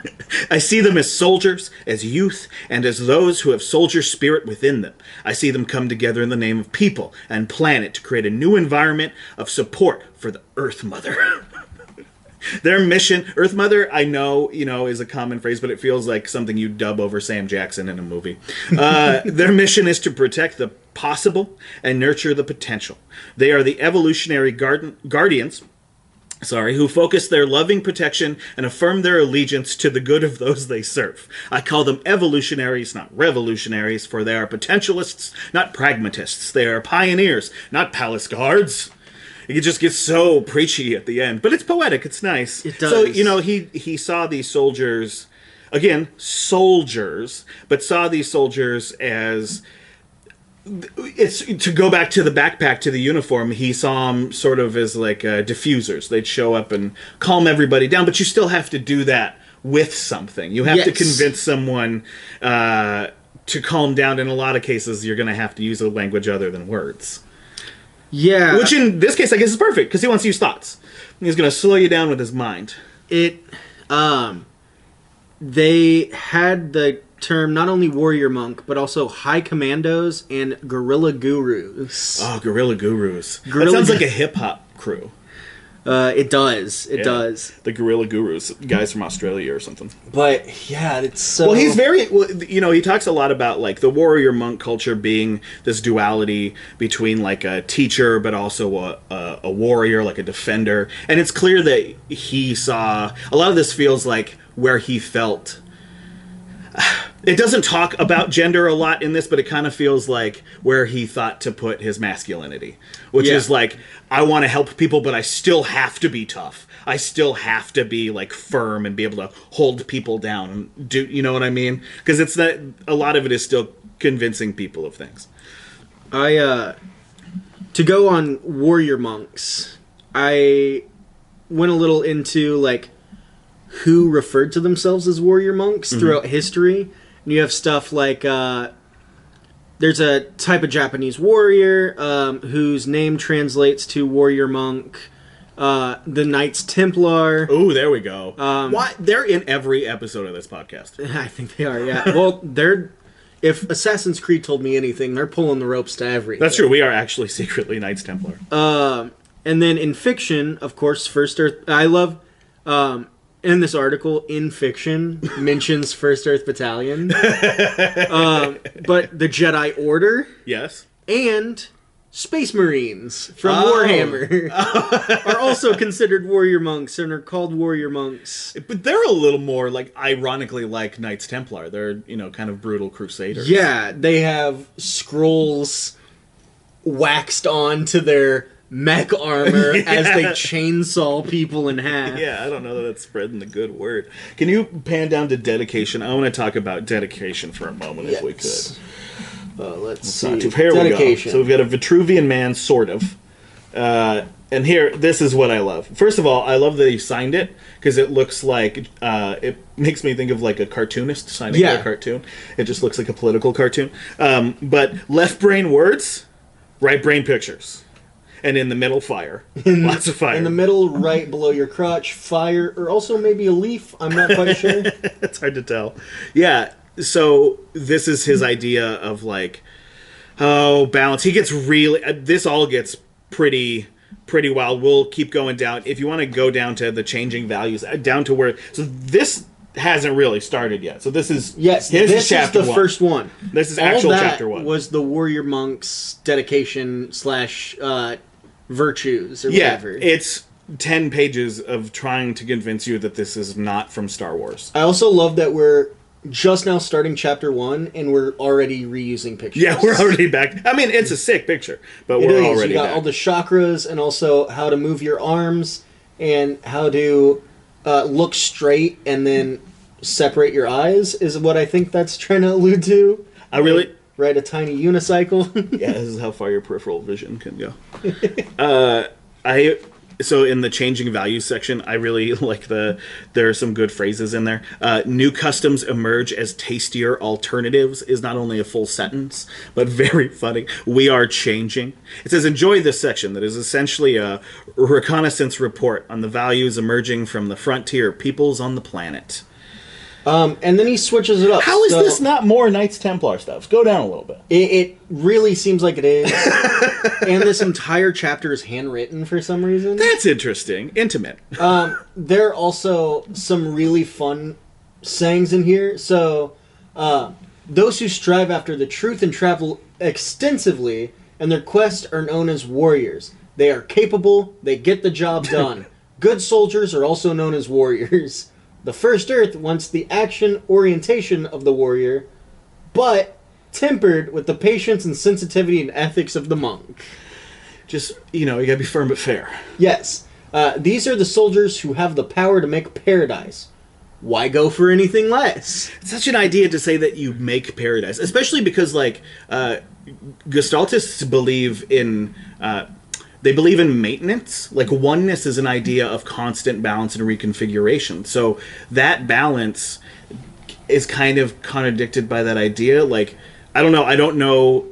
[SPEAKER 1] I see them as soldiers, as youth, and as those who have soldier spirit within them. I see them come together in the name of people and planet to create a new environment of support for the Earth Mother. Their mission, Earth Mother, I know, you know, is a common phrase, but it feels like something you dub over Sam Jackson in a movie. Uh, their mission is to protect the possible and nurture the potential. They are the evolutionary garden, guardians. Sorry, who focus their loving protection and affirm their allegiance to the good of those they serve. I call them evolutionaries, not revolutionaries, for they are potentialists, not pragmatists. They are pioneers, not palace guards it just gets so preachy at the end but it's poetic it's nice
[SPEAKER 3] It
[SPEAKER 1] so
[SPEAKER 3] does.
[SPEAKER 1] you know he he saw these soldiers again soldiers but saw these soldiers as it's to go back to the backpack to the uniform he saw them sort of as like uh, diffusers they'd show up and calm everybody down but you still have to do that with something you have to
[SPEAKER 3] Yes.
[SPEAKER 1] convince someone uh, to calm down in a lot of cases you're going to have to use a language other than words
[SPEAKER 3] Yeah.
[SPEAKER 1] which in this case, I guess, is perfect because he wants to use thoughts. He's going to slow you down with his mind.
[SPEAKER 3] it um they had the term not only warrior monk but also high commandos and guerrilla gurus.
[SPEAKER 1] Oh, Gorilla Gurus.
[SPEAKER 3] Gorilla
[SPEAKER 1] that sounds
[SPEAKER 3] Gu-
[SPEAKER 1] like a hip hop crew.
[SPEAKER 3] Uh, it does. It
[SPEAKER 1] Yeah.
[SPEAKER 3] does.
[SPEAKER 1] The Gorilla Gurus, guys from Australia or something.
[SPEAKER 3] But yeah, it's so
[SPEAKER 1] Well, he's very, well, you know, he talks a lot about like the warrior monk culture being this duality between like a teacher, but also a, a, a warrior, like a defender. And it's clear that he saw a lot of this feels like where he felt It doesn't talk about gender a lot in this, but it kind of feels like where he thought to put his masculinity, which
[SPEAKER 3] Yeah.
[SPEAKER 1] is like, I want to help people, but I still have to be tough. I still have to be like firm and be able to hold people down. Do you know what I mean? Because it's that a lot of it is still convincing people of things.
[SPEAKER 3] I uh to go on warrior monks, I went a little into like who referred to themselves as warrior monks throughout history. And you have stuff like uh there's a type of Japanese warrior um, whose name translates to warrior monk, uh, the Knights Templar.
[SPEAKER 1] Oh, there we go.
[SPEAKER 3] Um,
[SPEAKER 1] Why they're in every episode of this podcast?
[SPEAKER 3] I think they are, yeah. well, they're if Assassin's Creed told me anything, they're pulling the ropes to everything.
[SPEAKER 1] That's true. We are actually secretly Knights Templar.
[SPEAKER 3] Um, and then in fiction, of course, First Earth. I love um, in this article in fiction mentions First Earth Battalion, um, but the Jedi Order
[SPEAKER 1] yes.
[SPEAKER 3] and Space Marines from
[SPEAKER 1] Oh.
[SPEAKER 3] Warhammer are also considered warrior monks and are called warrior monks.
[SPEAKER 1] But they're a little more like ironically like Knights Templar. They're you know kind of brutal crusaders.
[SPEAKER 3] Yeah, they have scrolls waxed on to their mech armor as they chainsaw people in half.
[SPEAKER 1] Yeah, I don't know that that's spreading the good word. Can you pan down to dedication? I want to talk about dedication for a moment if we could.
[SPEAKER 3] Uh, let's
[SPEAKER 1] Uh,
[SPEAKER 3] see.
[SPEAKER 1] to- here
[SPEAKER 3] Dedication.
[SPEAKER 1] we go. So we've got a Vitruvian man, sort of. Uh, and here, this is what I love. First of all, I love that he signed it because it looks like uh, it makes me think of like a cartoonist signing
[SPEAKER 3] Yeah.
[SPEAKER 1] a cartoon. It just looks like a political cartoon. Um, but left brain words, right brain pictures, and in the middle fire, lots of fire.
[SPEAKER 3] in the middle, right below your crotch, fire, or also maybe a leaf. I'm not quite sure.
[SPEAKER 1] it's hard to tell. Yeah. So this is his idea of like, oh, balance. He gets really. uh, This all gets pretty pretty wild. We'll keep going down. If you want to go down to the changing values, uh, down to where. So this hasn't really started yet. So this is
[SPEAKER 3] Yes,
[SPEAKER 1] His
[SPEAKER 3] this is
[SPEAKER 1] chapter
[SPEAKER 3] the
[SPEAKER 1] one.
[SPEAKER 3] first one.
[SPEAKER 1] This is
[SPEAKER 3] All
[SPEAKER 1] actual
[SPEAKER 3] that
[SPEAKER 1] chapter one.
[SPEAKER 3] Was the warrior monks' dedication slash uh, virtues or
[SPEAKER 1] yeah.
[SPEAKER 3] whatever?
[SPEAKER 1] It's ten pages of trying to convince you that this is not from Star Wars.
[SPEAKER 3] I also love that we're just now starting chapter one and we're already reusing pictures.
[SPEAKER 1] Yeah, we're already back. I mean, it's a sick picture, but
[SPEAKER 3] It
[SPEAKER 1] we're
[SPEAKER 3] is.
[SPEAKER 1] already
[SPEAKER 3] You got
[SPEAKER 1] back.
[SPEAKER 3] all the chakras and also how to move your arms and how to uh, look straight and then separate your eyes is what I think that's trying to allude to.
[SPEAKER 1] I really.
[SPEAKER 3] Ride a tiny unicycle.
[SPEAKER 1] yeah, this is how far your peripheral vision can go. uh, I so in the changing values section, I really like the there are some good phrases in there. Uh, New customs emerge as tastier alternatives is not only a full sentence but very funny. We are changing. It says enjoy this section that is essentially a reconnaissance report on the values emerging from the frontier peoples on the planet.
[SPEAKER 3] um, and then he switches it up.
[SPEAKER 1] How is
[SPEAKER 3] so
[SPEAKER 1] this not more Knights Templar stuff? Go down a little bit.
[SPEAKER 3] It, it really seems like it is. and this entire chapter is handwritten for some reason.
[SPEAKER 1] That's interesting. Intimate.
[SPEAKER 3] Um, there are also some really fun sayings in here. So, uh, those who strive after the truth and travel extensively and their quest are known as warriors. They are capable, they get the job done. Good soldiers are also known as warriors. The First Earth wants the action orientation of the warrior, but tempered with the patience and sensitivity and ethics of the monk.
[SPEAKER 1] Just you know, you gotta be firm but fair.
[SPEAKER 3] Yes. Uh, these are the soldiers who have the power to make paradise. Why go for anything less?
[SPEAKER 1] It's such an idea to say that you make paradise, especially because like uh, Gestaltists believe in uh, they believe in maintenance. Like oneness is an idea of constant balance and reconfiguration. So that balance is kind of contradicted by that idea. Like I don't know. I don't know.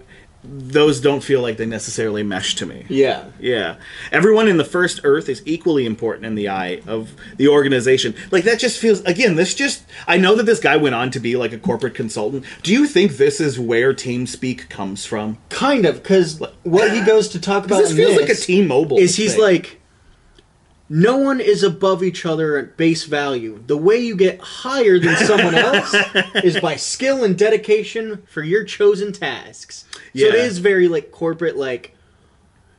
[SPEAKER 1] Those don't feel like they necessarily mesh to me.
[SPEAKER 3] Yeah.
[SPEAKER 1] Yeah. Everyone in the first Earth is equally important in the eye of the organization. Like, that just feels, again, this just, I know that this guy went on to be like a corporate consultant. Do you think this is where TeamSpeak comes from?
[SPEAKER 3] Kind of, because what he goes to talk about
[SPEAKER 1] Because this
[SPEAKER 3] in
[SPEAKER 1] feels like a T Mobile.
[SPEAKER 3] is he's like, no one is above each other at base value. The way you get higher than someone else is by skill and dedication for your chosen tasks. So
[SPEAKER 1] Yeah.
[SPEAKER 3] it is very like corporate, like,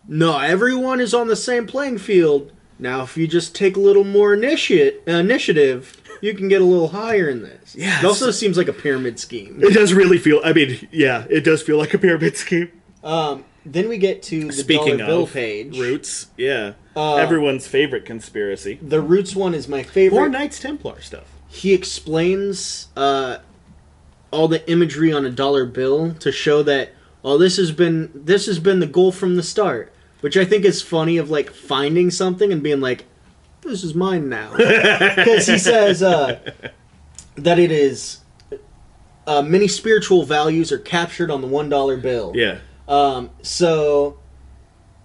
[SPEAKER 3] no, everyone is on the same playing field. Now, if you just take a little more initiate, initiative, you can get a little higher in this.
[SPEAKER 1] Yeah,
[SPEAKER 3] It also seems like a pyramid scheme.
[SPEAKER 1] It does really feel. I mean, yeah, it does feel like a pyramid scheme.
[SPEAKER 3] Um, then we get to the
[SPEAKER 1] Speaking
[SPEAKER 3] dollar bill
[SPEAKER 1] of
[SPEAKER 3] page. Uh,
[SPEAKER 1] Roots, yeah, everyone's favorite conspiracy
[SPEAKER 3] The roots one is my favorite.
[SPEAKER 1] or Knights Templar stuff.
[SPEAKER 3] he explains uh, all the imagery on a dollar bill to show that oh this has been this has been the goal from the start which i think is funny of like finding something and being like this is mine now because he says uh, that it is uh, many spiritual values are captured on the one dollar bill
[SPEAKER 1] Yeah,
[SPEAKER 3] um, so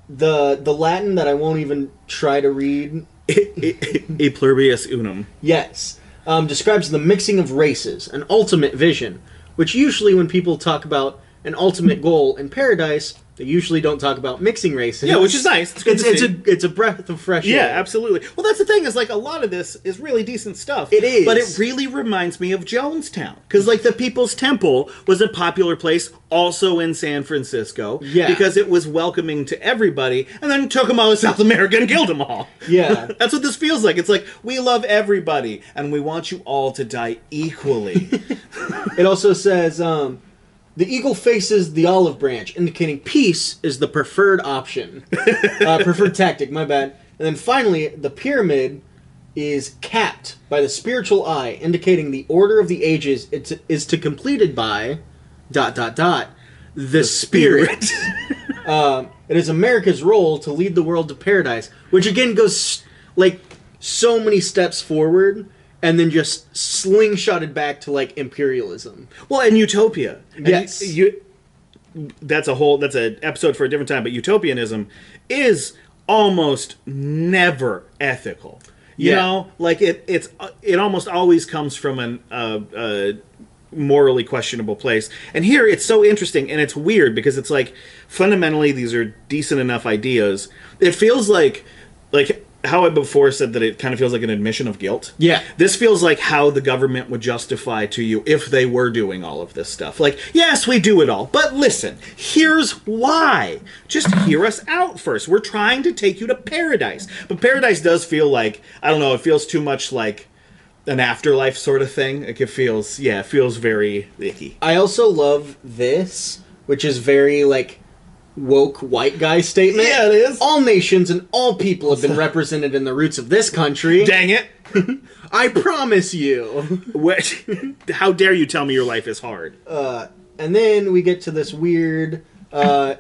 [SPEAKER 3] the the latin that i won't even try to read
[SPEAKER 1] e pluribus unum.
[SPEAKER 3] Yes. Um, describes the mixing of races, an ultimate vision, which usually when people talk about an ultimate goal in paradise, they usually don't talk about mixing races.
[SPEAKER 1] Yeah, which is nice. It's good
[SPEAKER 3] It's,
[SPEAKER 1] to
[SPEAKER 3] it's,
[SPEAKER 1] see.
[SPEAKER 3] a, it's a breath of fresh
[SPEAKER 1] Yeah,
[SPEAKER 3] air.
[SPEAKER 1] absolutely. Well, that's the thing is like a lot of this is really decent stuff.
[SPEAKER 3] It is.
[SPEAKER 1] but it really reminds me of Jonestown because like the People's Temple was a popular place also in San Francisco.
[SPEAKER 3] Yeah.
[SPEAKER 1] because it was welcoming to everybody, and then took them all to South America and killed them all.
[SPEAKER 3] Yeah.
[SPEAKER 1] that's what this feels like. It's like we love everybody, and we want you all to die equally.
[SPEAKER 3] It also says um, the eagle faces the olive branch, indicating peace is the preferred option, uh, preferred tactic. My bad. And then finally, the pyramid is capped by the spiritual eye, indicating the order of the ages it is to completed by dot dot dot the, spirit. um, it is America's role to lead the world to paradise, which again goes s- like so many steps forward. And then just slingshotted back to like imperialism.
[SPEAKER 1] Well, and Utopia. And
[SPEAKER 3] Yes.
[SPEAKER 1] you, you- that's a whole that's an episode for a different time, but utopianism is almost never ethical. You
[SPEAKER 3] Yeah.
[SPEAKER 1] know, like it it's it almost always comes from an uh, uh morally questionable place. And here it's so interesting and it's weird because it's like fundamentally these are decent enough ideas. It feels like like how I before said that it kind of feels like an admission of guilt.
[SPEAKER 3] Yeah.
[SPEAKER 1] This feels like how the government would justify to you if they were doing all of this stuff. Like, yes, we do it all, but listen, here's why. Just hear us out first. We're trying to take you to paradise. But paradise does feel like, I don't know, it feels too much like an afterlife sort of thing. Like it feels, yeah, it feels very icky.
[SPEAKER 3] I also love this, which is very like woke white guy statement.
[SPEAKER 1] Yeah, it is.
[SPEAKER 3] All nations and all people have been represented in the roots of this country.
[SPEAKER 1] Dang it!
[SPEAKER 3] I promise you.
[SPEAKER 1] What? How dare you tell me your life is hard?
[SPEAKER 3] And then we get to this weird uh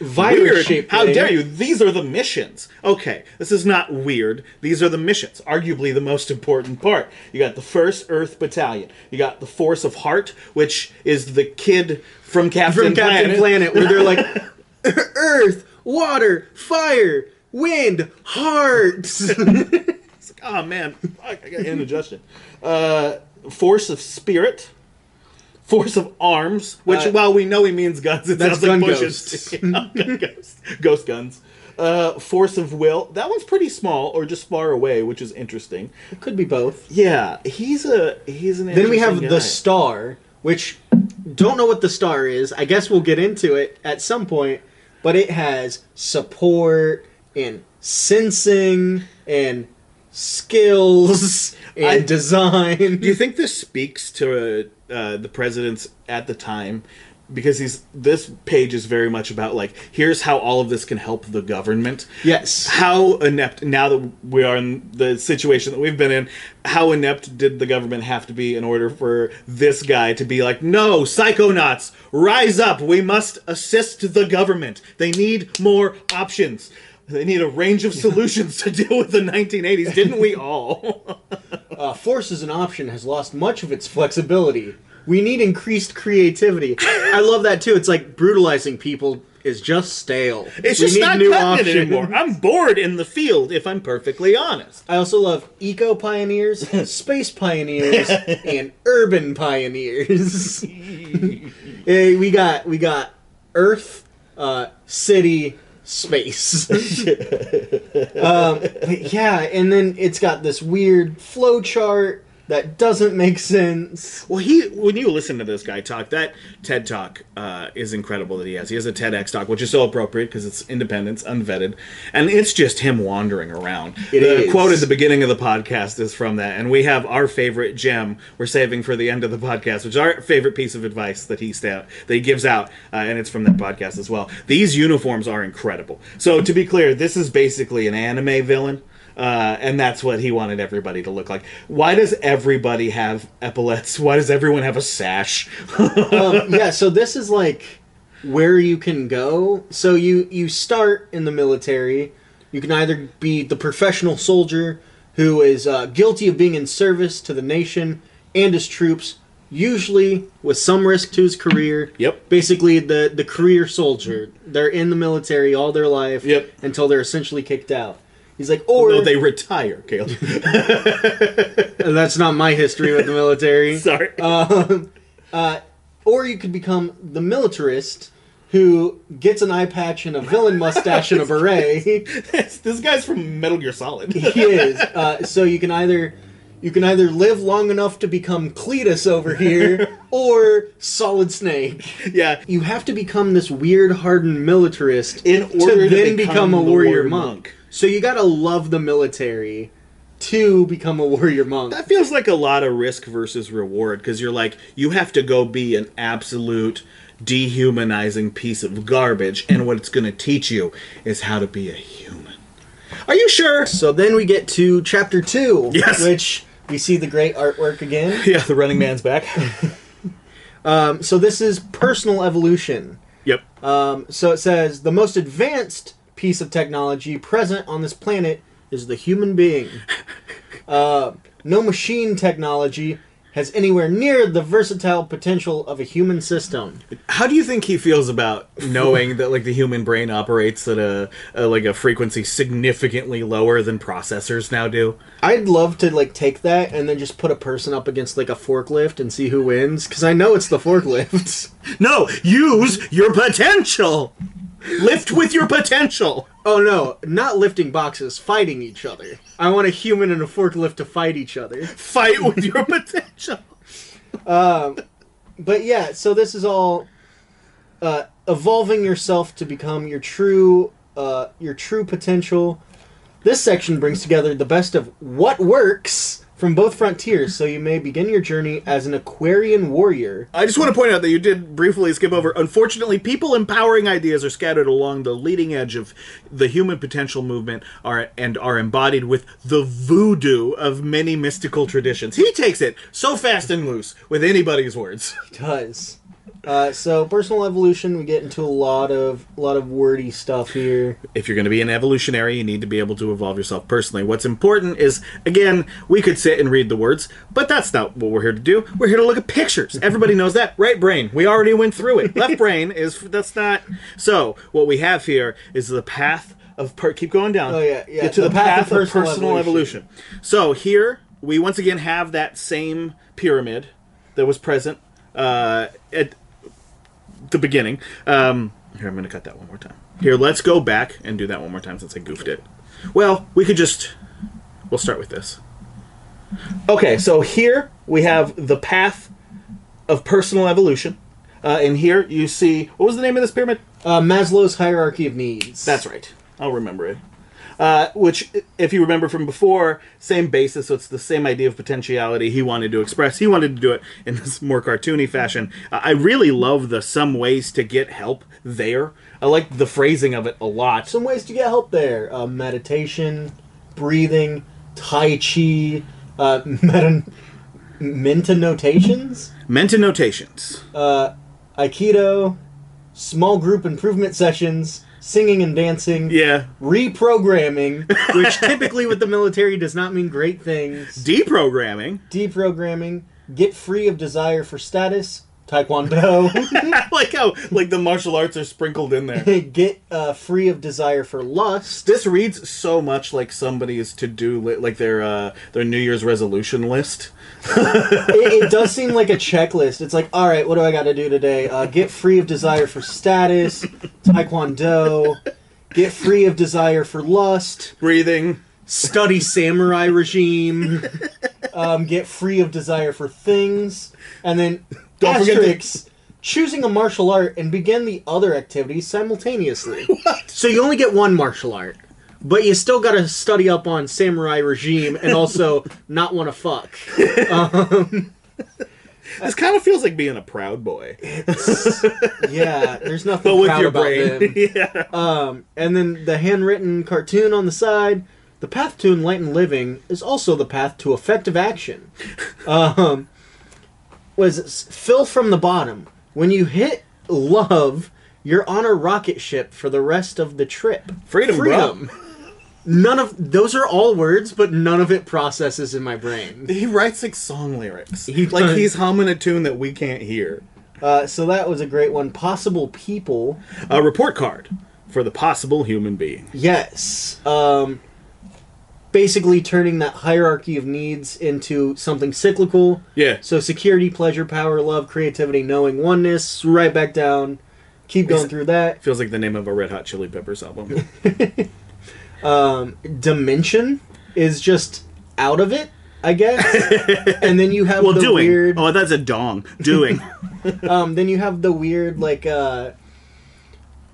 [SPEAKER 3] virus
[SPEAKER 1] Weird.
[SPEAKER 3] shape. eh?
[SPEAKER 1] How dare you? These are the missions. Okay, this is not weird. These are the missions, arguably the most important part. You got the 1st Earth Battalion. You got the Force of Heart, which is the kid from Captain
[SPEAKER 3] From Captain
[SPEAKER 1] Planet.
[SPEAKER 3] Planet, where they're like Earth, water, fire, wind, hearts.
[SPEAKER 1] Oh man, fuck, I got indigestion. Uh, force of spirit, force of arms, which
[SPEAKER 3] Uh,
[SPEAKER 1] while we know he means guns, it
[SPEAKER 3] that's
[SPEAKER 1] sounds like
[SPEAKER 3] gun
[SPEAKER 1] bushes.
[SPEAKER 3] ghosts.
[SPEAKER 1] Yeah, gun ghosts. ghost guns. Uh, force of will. That one's pretty small, or just far away, which is interesting.
[SPEAKER 3] Could be both.
[SPEAKER 1] Yeah, he's a he's an.
[SPEAKER 3] Then we have
[SPEAKER 1] interesting guy.
[SPEAKER 3] the star, which don't know what the star is. I guess we'll get into it at some point, but it has support and sensing and skills and
[SPEAKER 1] I-
[SPEAKER 3] design.
[SPEAKER 1] Do you think this speaks to uh, uh, the presidents at the time? Because he's this page is very much about like here's how all of this can help the government.
[SPEAKER 3] yes.
[SPEAKER 1] how inept now that we are in the situation that we've been in how inept did the government have to be in order for this guy to be like no psychonauts rise up we must assist the government they need more options they need a range of solutions to deal with the 1980s didn't we all
[SPEAKER 3] Uh, force as an option has lost much of its flexibility. We need increased creativity. I love that too. It's like brutalizing people is just stale.
[SPEAKER 1] it's
[SPEAKER 3] We
[SPEAKER 1] just
[SPEAKER 3] need
[SPEAKER 1] not
[SPEAKER 3] new
[SPEAKER 1] cutting it
[SPEAKER 3] options.
[SPEAKER 1] anymore i'm bored in the field if i'm perfectly honest
[SPEAKER 3] I also love eco pioneers, space pioneers, and urban pioneers. Eh, we got we got Earth, uh, city, space. um, but yeah, and then it's got this weird flow chart that doesn't make sense.
[SPEAKER 1] Well, he when you listen to this guy talk, that TED talk uh, is incredible that he has. He has a TEDx talk, which is so appropriate because it's independence, unvetted, and it's just him wandering around.
[SPEAKER 3] It
[SPEAKER 1] the
[SPEAKER 3] is.
[SPEAKER 1] quote at the beginning of the podcast is from that, and we have our favorite gem we're saving for the end of the podcast, which is our favorite piece of advice that he sta- that he gives out, uh, and it's from that podcast as well. These uniforms are incredible. So to be clear, this is basically an anime villain uh, and that's what he wanted everybody to look like. Why does everybody have epaulets? Why does everyone have a sash?
[SPEAKER 3] Um, yeah, so this is like where you can go. So you you start in the military. You can either be the professional soldier who is uh, guilty of being in service to the nation and his troops, usually with some risk to his career.
[SPEAKER 1] Yep.
[SPEAKER 3] Basically, the the career soldier. They're in the military all their life.
[SPEAKER 1] Yep.
[SPEAKER 3] Until they're essentially kicked out. He's like, or
[SPEAKER 1] no, they retire, Caleb.
[SPEAKER 3] that's not my history with the military.
[SPEAKER 1] Sorry.
[SPEAKER 3] or you could become the militarist who gets an eye patch and a villain mustache and a beret. he
[SPEAKER 1] this, this guy's from Metal Gear Solid.
[SPEAKER 3] is. Uh, so you can either you can either live long enough to become Cletus over here or Solid Snake.
[SPEAKER 1] yeah.
[SPEAKER 3] You have to become this weird hardened militarist
[SPEAKER 1] In order to
[SPEAKER 3] then
[SPEAKER 1] become
[SPEAKER 3] become a
[SPEAKER 1] the
[SPEAKER 3] warrior,
[SPEAKER 1] warrior
[SPEAKER 3] monk.
[SPEAKER 1] monk.
[SPEAKER 3] So you got to love the military to become a warrior monk.
[SPEAKER 1] That feels like a lot of risk versus reward because you're like, you have to go be an absolute dehumanizing piece of garbage, and what it's going to teach you is how to be a human. Are you sure?
[SPEAKER 3] So then we get to chapter 2,
[SPEAKER 1] Yes.
[SPEAKER 3] which we see the great artwork again.
[SPEAKER 1] Yeah, the running man's back.
[SPEAKER 3] So this is personal evolution.
[SPEAKER 1] yep.
[SPEAKER 3] Um, so it says the most advanced piece of technology present on this planet is the human being. Uh, no machine technology has anywhere near the versatile potential of a human system.
[SPEAKER 1] How do you think he feels about knowing that like the human brain operates at a, a like a frequency significantly lower than processors now do?
[SPEAKER 3] I'd love to like take that and then just put a person up against like a forklift and see who wins because I know it's the forklift.
[SPEAKER 1] No, use your potential. Lift with your potential.
[SPEAKER 3] oh no, not lifting boxes, fighting each other. I want a human and a forklift to fight each other.
[SPEAKER 1] Fight with your potential.
[SPEAKER 3] but yeah, so this is all uh, evolving yourself to become your true uh, your true potential. This section brings together the best of what works from both frontiers, so you may begin your journey as an Aquarian warrior.
[SPEAKER 1] I just want to point out that you did briefly skip over. Unfortunately, people empowering ideas are scattered along the leading edge of the human potential movement are and are embodied with the voodoo of many mystical traditions. He takes it so fast and loose with anybody's words.
[SPEAKER 3] Does uh, so personal evolution? We get into a lot of a lot of wordy stuff here.
[SPEAKER 1] if you're going to be an evolutionary, you need to be able to evolve yourself personally. What's important is, again, we could sit and read the words, but that's not what we're here to do. We're here to look at pictures. Everybody knows that. Right brain. We already went through it. Left brain is, that's not. So, what we have here is the path of, per- keep going down.
[SPEAKER 3] Oh, yeah, yeah.
[SPEAKER 1] Get to the, path, of personal,
[SPEAKER 3] evolution.
[SPEAKER 1] evolution. So, here, we once again have that same pyramid that was present uh, at the beginning. Um, here, I'm going to cut that one more time. Here, let's go back and do that one more time since I goofed it. Well, we could just. We'll start with this. Okay, so here we have the path of personal evolution. Uh, and here you see. What was the name of this pyramid?
[SPEAKER 3] Uh, Maslow's hierarchy of needs.
[SPEAKER 1] That's right. I'll remember it. Uh, which, if you remember from before, same basis, so it's the same idea of potentiality he wanted to express. He wanted to do it in this more cartoony fashion. Uh, I really love the some ways to get help there. I like the phrasing of it a lot.
[SPEAKER 3] some ways to get help there uh, meditation breathing tai chi uh, meta, menta notations
[SPEAKER 1] Menta notations.
[SPEAKER 3] aikido small group improvement sessions singing and dancing
[SPEAKER 1] Yeah.
[SPEAKER 3] reprogramming which typically with the military does not mean great things
[SPEAKER 1] Deprogramming.
[SPEAKER 3] deprogramming get free of desire for status taekwondo
[SPEAKER 1] I like how like the martial arts are sprinkled in there.
[SPEAKER 3] get uh, free of desire for lust
[SPEAKER 1] This reads so much like somebody's to do li- like their uh, their New Year's resolution list.
[SPEAKER 3] it, it does seem like a checklist. It's like, all right, what do I got to do today? Uh, get free of desire for status, taekwondo. Get free of desire for lust.
[SPEAKER 1] Breathing.
[SPEAKER 3] Study samurai regime. um, get free of desire for things, and then
[SPEAKER 1] Don't forget the-
[SPEAKER 3] asterisks, choosing a martial art and begin the other activity simultaneously. So you only get one martial art, but you still got to study up on samurai regime and also not want to fuck.
[SPEAKER 1] This kind of feels like being a proud boy,
[SPEAKER 3] Yeah, there's nothing
[SPEAKER 1] but with
[SPEAKER 3] proud
[SPEAKER 1] your
[SPEAKER 3] about
[SPEAKER 1] brain.
[SPEAKER 3] them.
[SPEAKER 1] yeah.
[SPEAKER 3] Um, and then the handwritten cartoon on the side. The path to enlightened living is also the path to effective action. Um, was s- fill from the bottom. When you hit love, you're on a rocket ship for the rest of the trip.
[SPEAKER 1] Freedom, bro.
[SPEAKER 3] None of those are all words, but none of it processes in my brain.
[SPEAKER 1] He writes like song lyrics.
[SPEAKER 3] He
[SPEAKER 1] like
[SPEAKER 3] does.
[SPEAKER 1] he's humming a tune that we can't hear.
[SPEAKER 3] Uh, so that was a great one. Possible people.
[SPEAKER 1] A report card for the possible human being.
[SPEAKER 3] Yes. Um, basically, turning that hierarchy of needs into something cyclical.
[SPEAKER 1] Yeah.
[SPEAKER 3] So security, pleasure, power, love, creativity, knowing, oneness. Right back down. Keep going through that.
[SPEAKER 1] Feels like the name of a Red Hot Chili Peppers album.
[SPEAKER 3] Um, dimension is just out of it, I guess. and then you have
[SPEAKER 1] well,
[SPEAKER 3] the
[SPEAKER 1] doing.
[SPEAKER 3] weird.
[SPEAKER 1] Oh, that's a dong. Doing.
[SPEAKER 3] Um, then you have the weird like uh,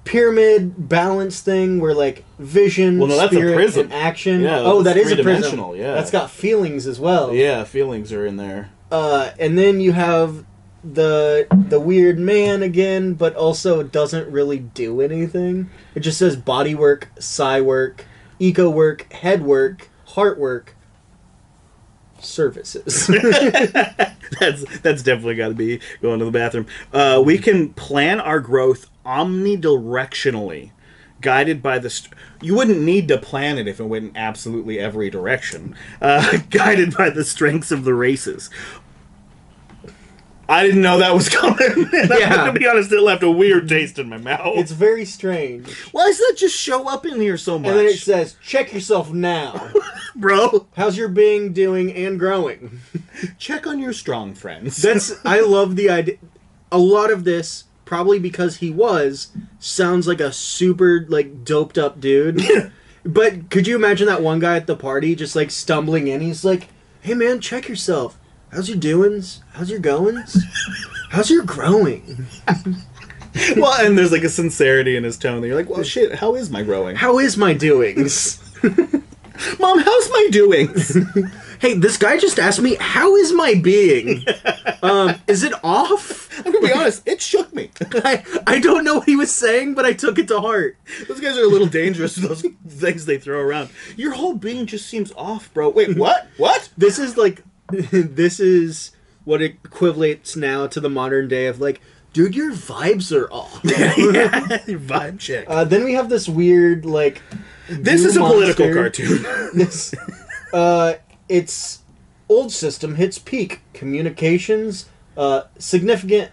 [SPEAKER 3] pyramid balance thing where like vision,
[SPEAKER 1] Well, no, that's a
[SPEAKER 3] spirit,
[SPEAKER 1] prism.
[SPEAKER 3] and action.
[SPEAKER 1] Yeah,
[SPEAKER 3] oh, that
[SPEAKER 1] that's
[SPEAKER 3] is a prism.
[SPEAKER 1] three-dimensional, yeah.
[SPEAKER 3] that's got feelings as well.
[SPEAKER 1] yeah, feelings are in there.
[SPEAKER 3] Uh, and then you have the the weird man again, but also doesn't really do anything. It just says body work, psi work, eco work, head work, heart work, services.
[SPEAKER 1] That's that's definitely got to be going to the bathroom. Uh, we can plan our growth omnidirectionally, guided by the. St- you wouldn't need to plan it if it went in absolutely every direction. Uh, guided by the strengths of the races. I didn't know that was coming. and I'm
[SPEAKER 3] Yeah.
[SPEAKER 1] gonna be honest, it left a weird taste in my mouth.
[SPEAKER 3] it's very strange.
[SPEAKER 1] Why does that just show up in here so much,
[SPEAKER 3] And then it says, check yourself now.
[SPEAKER 1] bro?
[SPEAKER 3] How's your being doing and growing?
[SPEAKER 1] Check on your strong friends.
[SPEAKER 3] That's I love the idea. A lot of this probably because he was sounds like a super like doped up dude. but could you imagine that one guy at the party just like stumbling in? He's like, "Hey man, check yourself. How's your doings? How's your goings? How's your growing?
[SPEAKER 1] well, and there's like a sincerity in his tone. That you're like, well, shit. How is my growing?
[SPEAKER 3] How is my doings?"
[SPEAKER 1] Mom, how's my doings?
[SPEAKER 3] Hey, this guy just asked me, "How is my being? um, is it off?"
[SPEAKER 1] I'm gonna be honest, it shook me.
[SPEAKER 3] I, I don't know what he was saying, but I took it to heart.
[SPEAKER 1] Those guys are a little dangerous with those things they throw around. Your whole being just seems off, bro. Wait, what? What?
[SPEAKER 3] This is like, this is what equates now to the modern day of like, dude, your vibes are off.
[SPEAKER 1] yeah, your vibe check.
[SPEAKER 3] uh, then we have this weird like
[SPEAKER 1] this
[SPEAKER 3] you
[SPEAKER 1] is a political
[SPEAKER 3] monster.
[SPEAKER 1] cartoon.
[SPEAKER 3] this. Uh, it's old system hits peak communications uh, significant.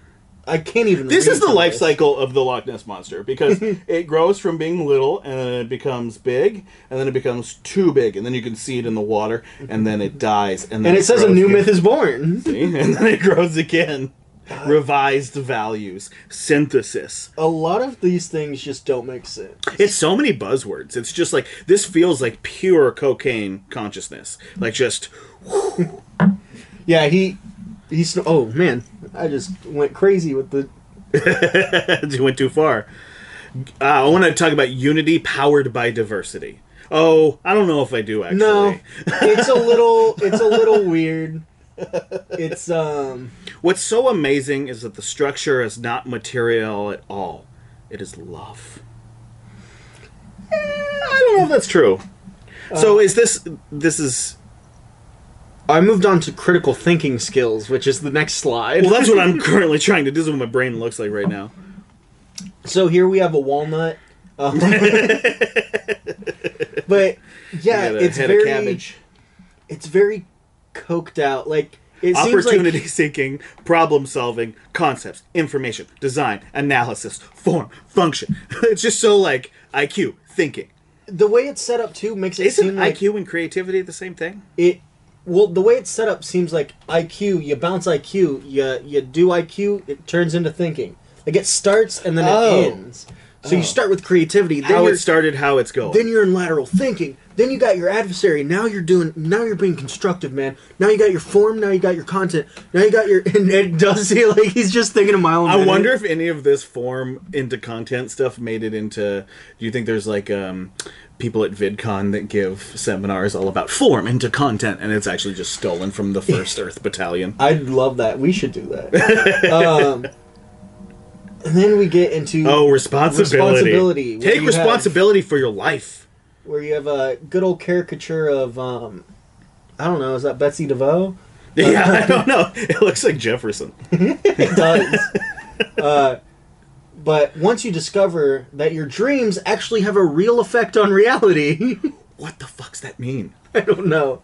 [SPEAKER 3] I can't even.
[SPEAKER 1] this
[SPEAKER 3] read
[SPEAKER 1] is the
[SPEAKER 3] from
[SPEAKER 1] life
[SPEAKER 3] this.
[SPEAKER 1] cycle of the Loch Ness monster because it grows from being little and then it becomes big and then it becomes too big and then you can see it in the water and then it dies and then
[SPEAKER 3] And it says a
[SPEAKER 1] grows
[SPEAKER 3] new
[SPEAKER 1] again.
[SPEAKER 3] myth is born.
[SPEAKER 1] and then it grows again. Revised values, synthesis.
[SPEAKER 3] A lot of these things just don't make sense.
[SPEAKER 1] It's so many buzzwords. It's just like this feels like pure cocaine consciousness. Like just
[SPEAKER 3] Yeah, he he's oh man, I just went crazy with the
[SPEAKER 1] you went too far. Uh, I want to talk about unity powered by diversity. Oh, I don't know if I do actually.
[SPEAKER 3] No. it's a little it's a little weird. It's um
[SPEAKER 1] What's so amazing is that the structure is not material at all. It is love. Eh, I don't know if that's true.
[SPEAKER 3] Uh.
[SPEAKER 1] so is this this is
[SPEAKER 3] I moved on to critical thinking skills, which is the next slide.
[SPEAKER 1] Well, that's what I'm currently trying to do. This is what my brain looks like right now.
[SPEAKER 3] so here we have a walnut. Um, but yeah,
[SPEAKER 1] Got a
[SPEAKER 3] it's
[SPEAKER 1] head
[SPEAKER 3] very
[SPEAKER 1] of cabbage.
[SPEAKER 3] it's very coked out. Like it seems like
[SPEAKER 1] Opportunity seeking, problem solving, concepts, information, design, analysis, form, function. it's just so like IQ thinking.
[SPEAKER 3] the way it's set up too makes it
[SPEAKER 1] Isn't
[SPEAKER 3] seem like
[SPEAKER 1] IQ and creativity the same thing?
[SPEAKER 3] it well the way it's set up seems like IQ you bounce IQ you you do IQ it turns into thinking like it starts and then
[SPEAKER 1] Oh.
[SPEAKER 3] it ends so you start with creativity then
[SPEAKER 1] How
[SPEAKER 3] you're,
[SPEAKER 1] it started, how it's going.
[SPEAKER 3] then you're in lateral thinking Then you got your adversary. Now you're doing. Now you're being constructive, man. Now you got your form. Now you got your content. Now you got your. And it does seem like he's just thinking a mile. A
[SPEAKER 1] I
[SPEAKER 3] minute.
[SPEAKER 1] wonder if any of this form into content stuff made it into. Do you think there's like um, people at VidCon that give seminars all about form into content, and it's actually just stolen from the First Earth Battalion?
[SPEAKER 3] I'd love that. We should do that. um, and then we get into
[SPEAKER 1] Oh, responsibility!
[SPEAKER 3] Responsibility, where
[SPEAKER 1] Take
[SPEAKER 3] you have-
[SPEAKER 1] responsibility for your life.
[SPEAKER 3] where you have a good old caricature of um, I don't know. Is that Betsy DeVoe?
[SPEAKER 1] Yeah, I don't know. It looks like Jefferson.
[SPEAKER 3] It does. uh, but once you discover that your dreams actually have a real effect on reality,
[SPEAKER 1] What the fuck's that mean?
[SPEAKER 3] I don't know.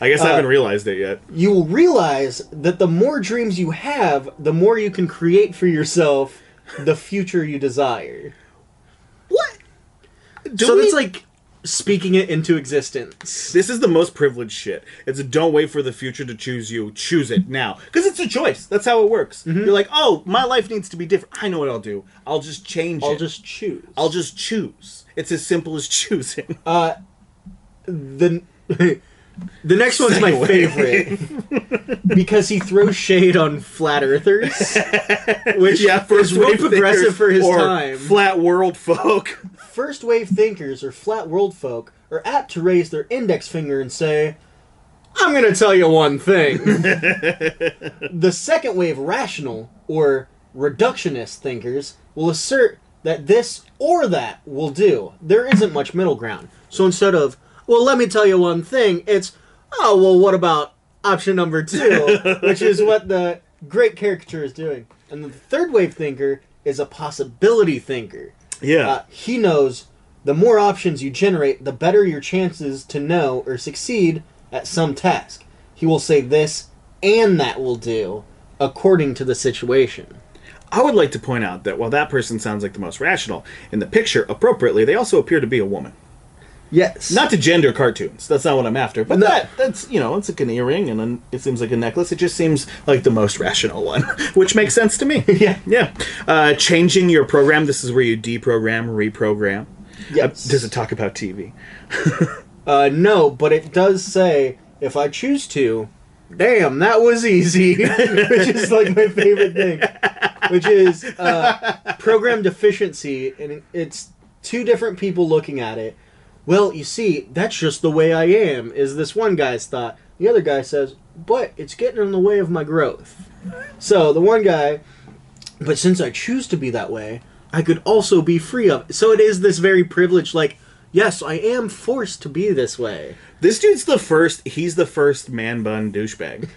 [SPEAKER 1] I guess I
[SPEAKER 3] Uh,
[SPEAKER 1] haven't realized it yet.
[SPEAKER 3] you will realize that the more dreams you have, the more you can create for yourself the future you desire.
[SPEAKER 1] What? Do
[SPEAKER 3] so
[SPEAKER 1] we-
[SPEAKER 3] it's like speaking it into existence.
[SPEAKER 1] This is the most privileged shit. It's a don't wait for the future to choose you. Choose it now. Because it's a choice. That's how it works.
[SPEAKER 3] Mm-hmm.
[SPEAKER 1] You're like, oh, my life needs to be different. I know what I'll do. I'll just change
[SPEAKER 3] I'll
[SPEAKER 1] it.
[SPEAKER 3] just choose.
[SPEAKER 1] I'll just choose. It's as simple as choosing.
[SPEAKER 3] the the next one's my favorite because he throws shade on flat earthers, which is real
[SPEAKER 1] wave thinkers
[SPEAKER 3] progressive for his
[SPEAKER 1] or
[SPEAKER 3] time.
[SPEAKER 1] Flat world folk.
[SPEAKER 3] First wave thinkers or flat world folk are apt to raise their index finger and say, I'm going to tell you one thing. the second wave rational or reductionist thinkers will assert that this or that will do. There isn't much middle ground. So instead of, well, let me tell you one thing, it's, oh, well, what about option number two, which is what the great caricature is doing. And the third wave thinker is a possibility thinker.
[SPEAKER 1] Yeah.
[SPEAKER 3] Uh, he knows the more options you generate, the better your chances to know or succeed at some task. He will say this and that will do according to the situation.
[SPEAKER 1] I would like to point out that while that person sounds like the most rational, in the picture, appropriately, they also appear to be a woman.
[SPEAKER 3] Yes.
[SPEAKER 1] Not to gender cartoons. That's not what I'm after. But
[SPEAKER 3] No.
[SPEAKER 1] that that's you know, it's like an earring and then it seems like a necklace. It just seems like the most rational one, which makes sense to me.
[SPEAKER 3] Yeah.
[SPEAKER 1] yeah. Uh, changing your program. This is where you deprogram, reprogram.
[SPEAKER 3] Yes.
[SPEAKER 1] Uh, does it talk about TV?
[SPEAKER 3] Uh, no, but it does say if I choose to. Damn, that was easy, which is like my favorite thing, which is uh, program deficiency, and it's two different people looking at it. Well, you see, that's just the way I am. Is this one guy's thought? The other guy says, but it's getting in the way of my growth. So the one guy, but since I choose to be that way, I could also be free of. So it is this very privileged, like, yes, I am forced to be this way.
[SPEAKER 1] This dude's the first. He's the first man bun douchebag.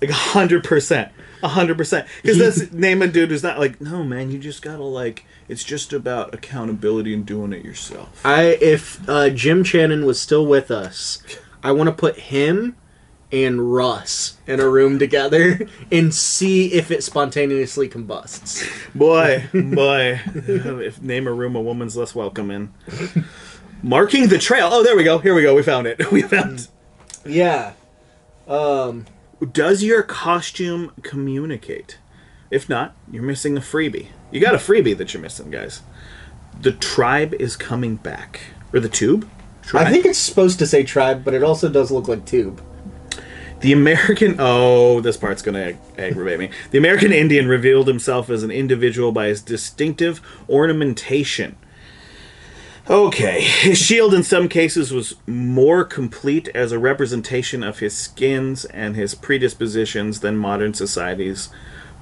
[SPEAKER 1] Like hundred percent, hundred percent. Because that's name a dude who's not like, no man, you just gotta like. It's just about accountability and doing it yourself.
[SPEAKER 3] I if uh, Jim Channon was still with us, I want to put him and Russ in a room together and see if it spontaneously combusts.
[SPEAKER 1] Boy, boy. if name a room a woman's less welcome in. Marking the trail. Oh, there we go. Here we go. We found it. We found.
[SPEAKER 3] Yeah. Um.
[SPEAKER 1] Does your costume communicate? If not, you're missing a freebie. You got a freebie that you're missing, guys. The tribe is coming back, or the tube. Tribe?
[SPEAKER 3] I think it's supposed to say tribe, but it also does look like tube.
[SPEAKER 1] The American. Oh, this part's going to ag- aggravate me. The American Indian revealed himself as an individual by his distinctive ornamentation. Okay. His shield, in some cases, was more complete as a representation of his skins and his predispositions than modern society's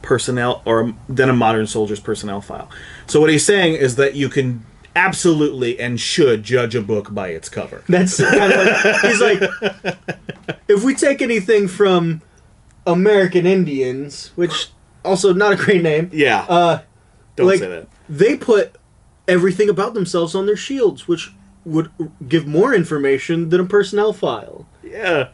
[SPEAKER 1] personnel, or than a modern soldier's personnel file. So, what he's saying is that you can absolutely and should judge a book by its cover.
[SPEAKER 3] That's kind of like, he's like, if we take anything from American Indians, which also not a great name,
[SPEAKER 1] Yeah.
[SPEAKER 3] uh,
[SPEAKER 1] Don't
[SPEAKER 3] like-
[SPEAKER 1] say that.
[SPEAKER 3] they put everything about themselves on their shields, which would give more information than a personnel file.
[SPEAKER 1] Yeah.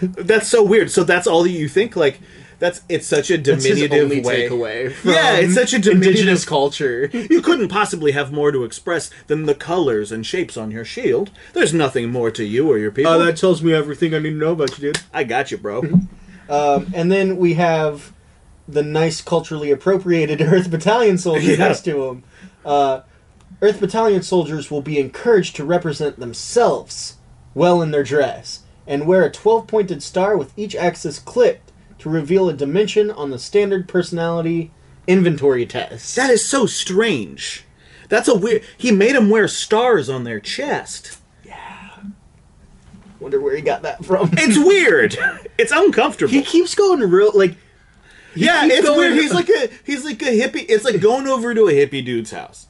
[SPEAKER 1] that's so weird. So that's all that you think? Like that's it's such a
[SPEAKER 3] That's his
[SPEAKER 1] diminutive
[SPEAKER 3] only
[SPEAKER 1] way.
[SPEAKER 3] takeaway.
[SPEAKER 1] Yeah,
[SPEAKER 3] from
[SPEAKER 1] it's such a diminutive-
[SPEAKER 3] indigenous culture.
[SPEAKER 1] You couldn't possibly have more to express than the colors and shapes on your shield. There's nothing more to you or your people.
[SPEAKER 3] Oh, that tells me everything I need to know about you, dude.
[SPEAKER 1] I got you, bro.
[SPEAKER 3] Um, and then we have the nice culturally appropriated Earth Battalion soldier
[SPEAKER 1] Yeah.
[SPEAKER 3] next to him. Uh, Earth Battalion soldiers will be encouraged to represent themselves well in their dress, and wear a 12 pointed star with each axis clipped to reveal a dimension on the standard personality inventory test.
[SPEAKER 1] That is so strange. That's a weird. He made him wear stars on their chest.
[SPEAKER 3] Wonder where he got that from.
[SPEAKER 1] It's weird. It's uncomfortable.
[SPEAKER 3] he keeps going real like
[SPEAKER 1] yeah,
[SPEAKER 3] keeps
[SPEAKER 1] it's
[SPEAKER 3] going-
[SPEAKER 1] weird. He's like a he's like a hippie. It's like going over to a hippie dude's house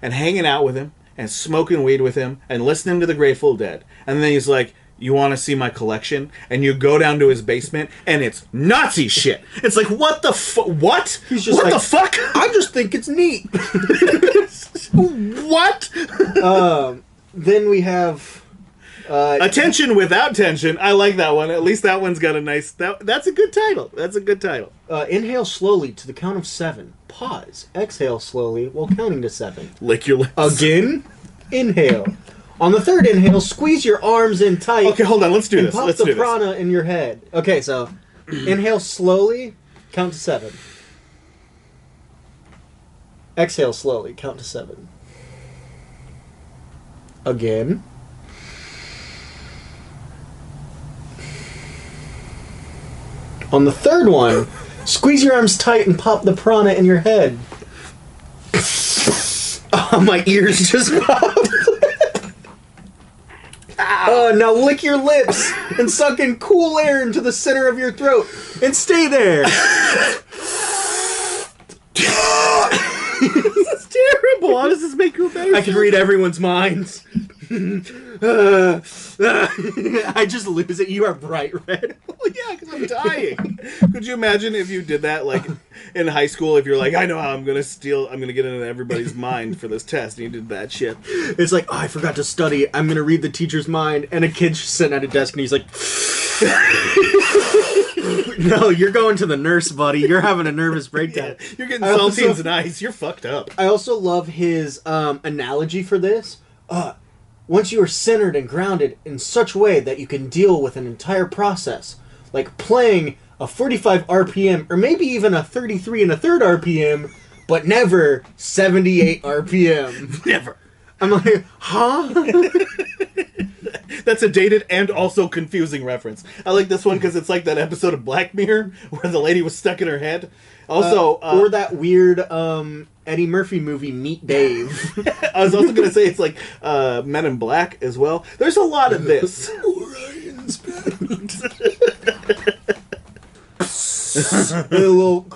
[SPEAKER 1] and hanging out with him and smoking weed with him and listening to the Grateful Dead. And then he's like, "You want to see my collection?" And you go down to his basement and it's Nazi shit. It's like, "What the fu- what?
[SPEAKER 3] He's just
[SPEAKER 1] what
[SPEAKER 3] like-
[SPEAKER 1] the fuck?
[SPEAKER 3] I just think it's neat.
[SPEAKER 1] what?"
[SPEAKER 3] then we have uh,
[SPEAKER 1] Attention without tension. I like that one. At least that one's got a nice. That, that's a good title. That's a good title.
[SPEAKER 3] uh, inhale slowly to the count of seven. Pause. Exhale slowly while counting to seven.
[SPEAKER 1] Lick your lips.
[SPEAKER 3] uh, Again. Inhale. On the third inhale, squeeze your arms in tight.
[SPEAKER 1] Okay, hold on. Let's do
[SPEAKER 3] and
[SPEAKER 1] this.
[SPEAKER 3] pop
[SPEAKER 1] Let's
[SPEAKER 3] the
[SPEAKER 1] do this.
[SPEAKER 3] prana in your head. Okay, so inhale slowly, count to seven. Exhale slowly, count to seven. Again. On the third one, squeeze your arms tight and pop the prana in your head.
[SPEAKER 5] Oh, my ears just popped.
[SPEAKER 3] Uh, now lick your lips and suck in cool air into the center of your throat and stay there.
[SPEAKER 1] This is terrible. How does this make you a better?
[SPEAKER 3] I can read everyone's minds. Uh, uh, I just lose it. You are bright red.
[SPEAKER 1] Well, yeah, because I'm dying. Could you imagine if you did that, like in high school? If you're like, I know how I'm gonna steal, I'm gonna get into everybody's mind for this test, and you did that shit.
[SPEAKER 3] It's like, oh, I forgot to study. I'm going to read the teacher's mind. And a kid's just sitting at a desk and he's like, No, you're going to the nurse, buddy. You're having a nervous breakdown.
[SPEAKER 1] You're getting
[SPEAKER 3] I also-
[SPEAKER 1] saltines and ice. You're fucked up.
[SPEAKER 3] I also love his um, analogy for this. Uh, once you are centered and grounded in such a way that you can deal with an entire process, like playing a 45 RPM or maybe even a 33 and a third RPM, but never 78 RPM.
[SPEAKER 1] Never.
[SPEAKER 3] I'm like, huh?
[SPEAKER 1] That's a dated and also confusing reference. I like this one because it's like that episode of Black Mirror where the lady was stuck in her head. Also, uh,
[SPEAKER 3] or that weird um, Eddie Murphy movie, Meet Dave.
[SPEAKER 1] uh, I was also gonna say it's like uh, Men in Black as well. There's a lot of this.
[SPEAKER 3] a little.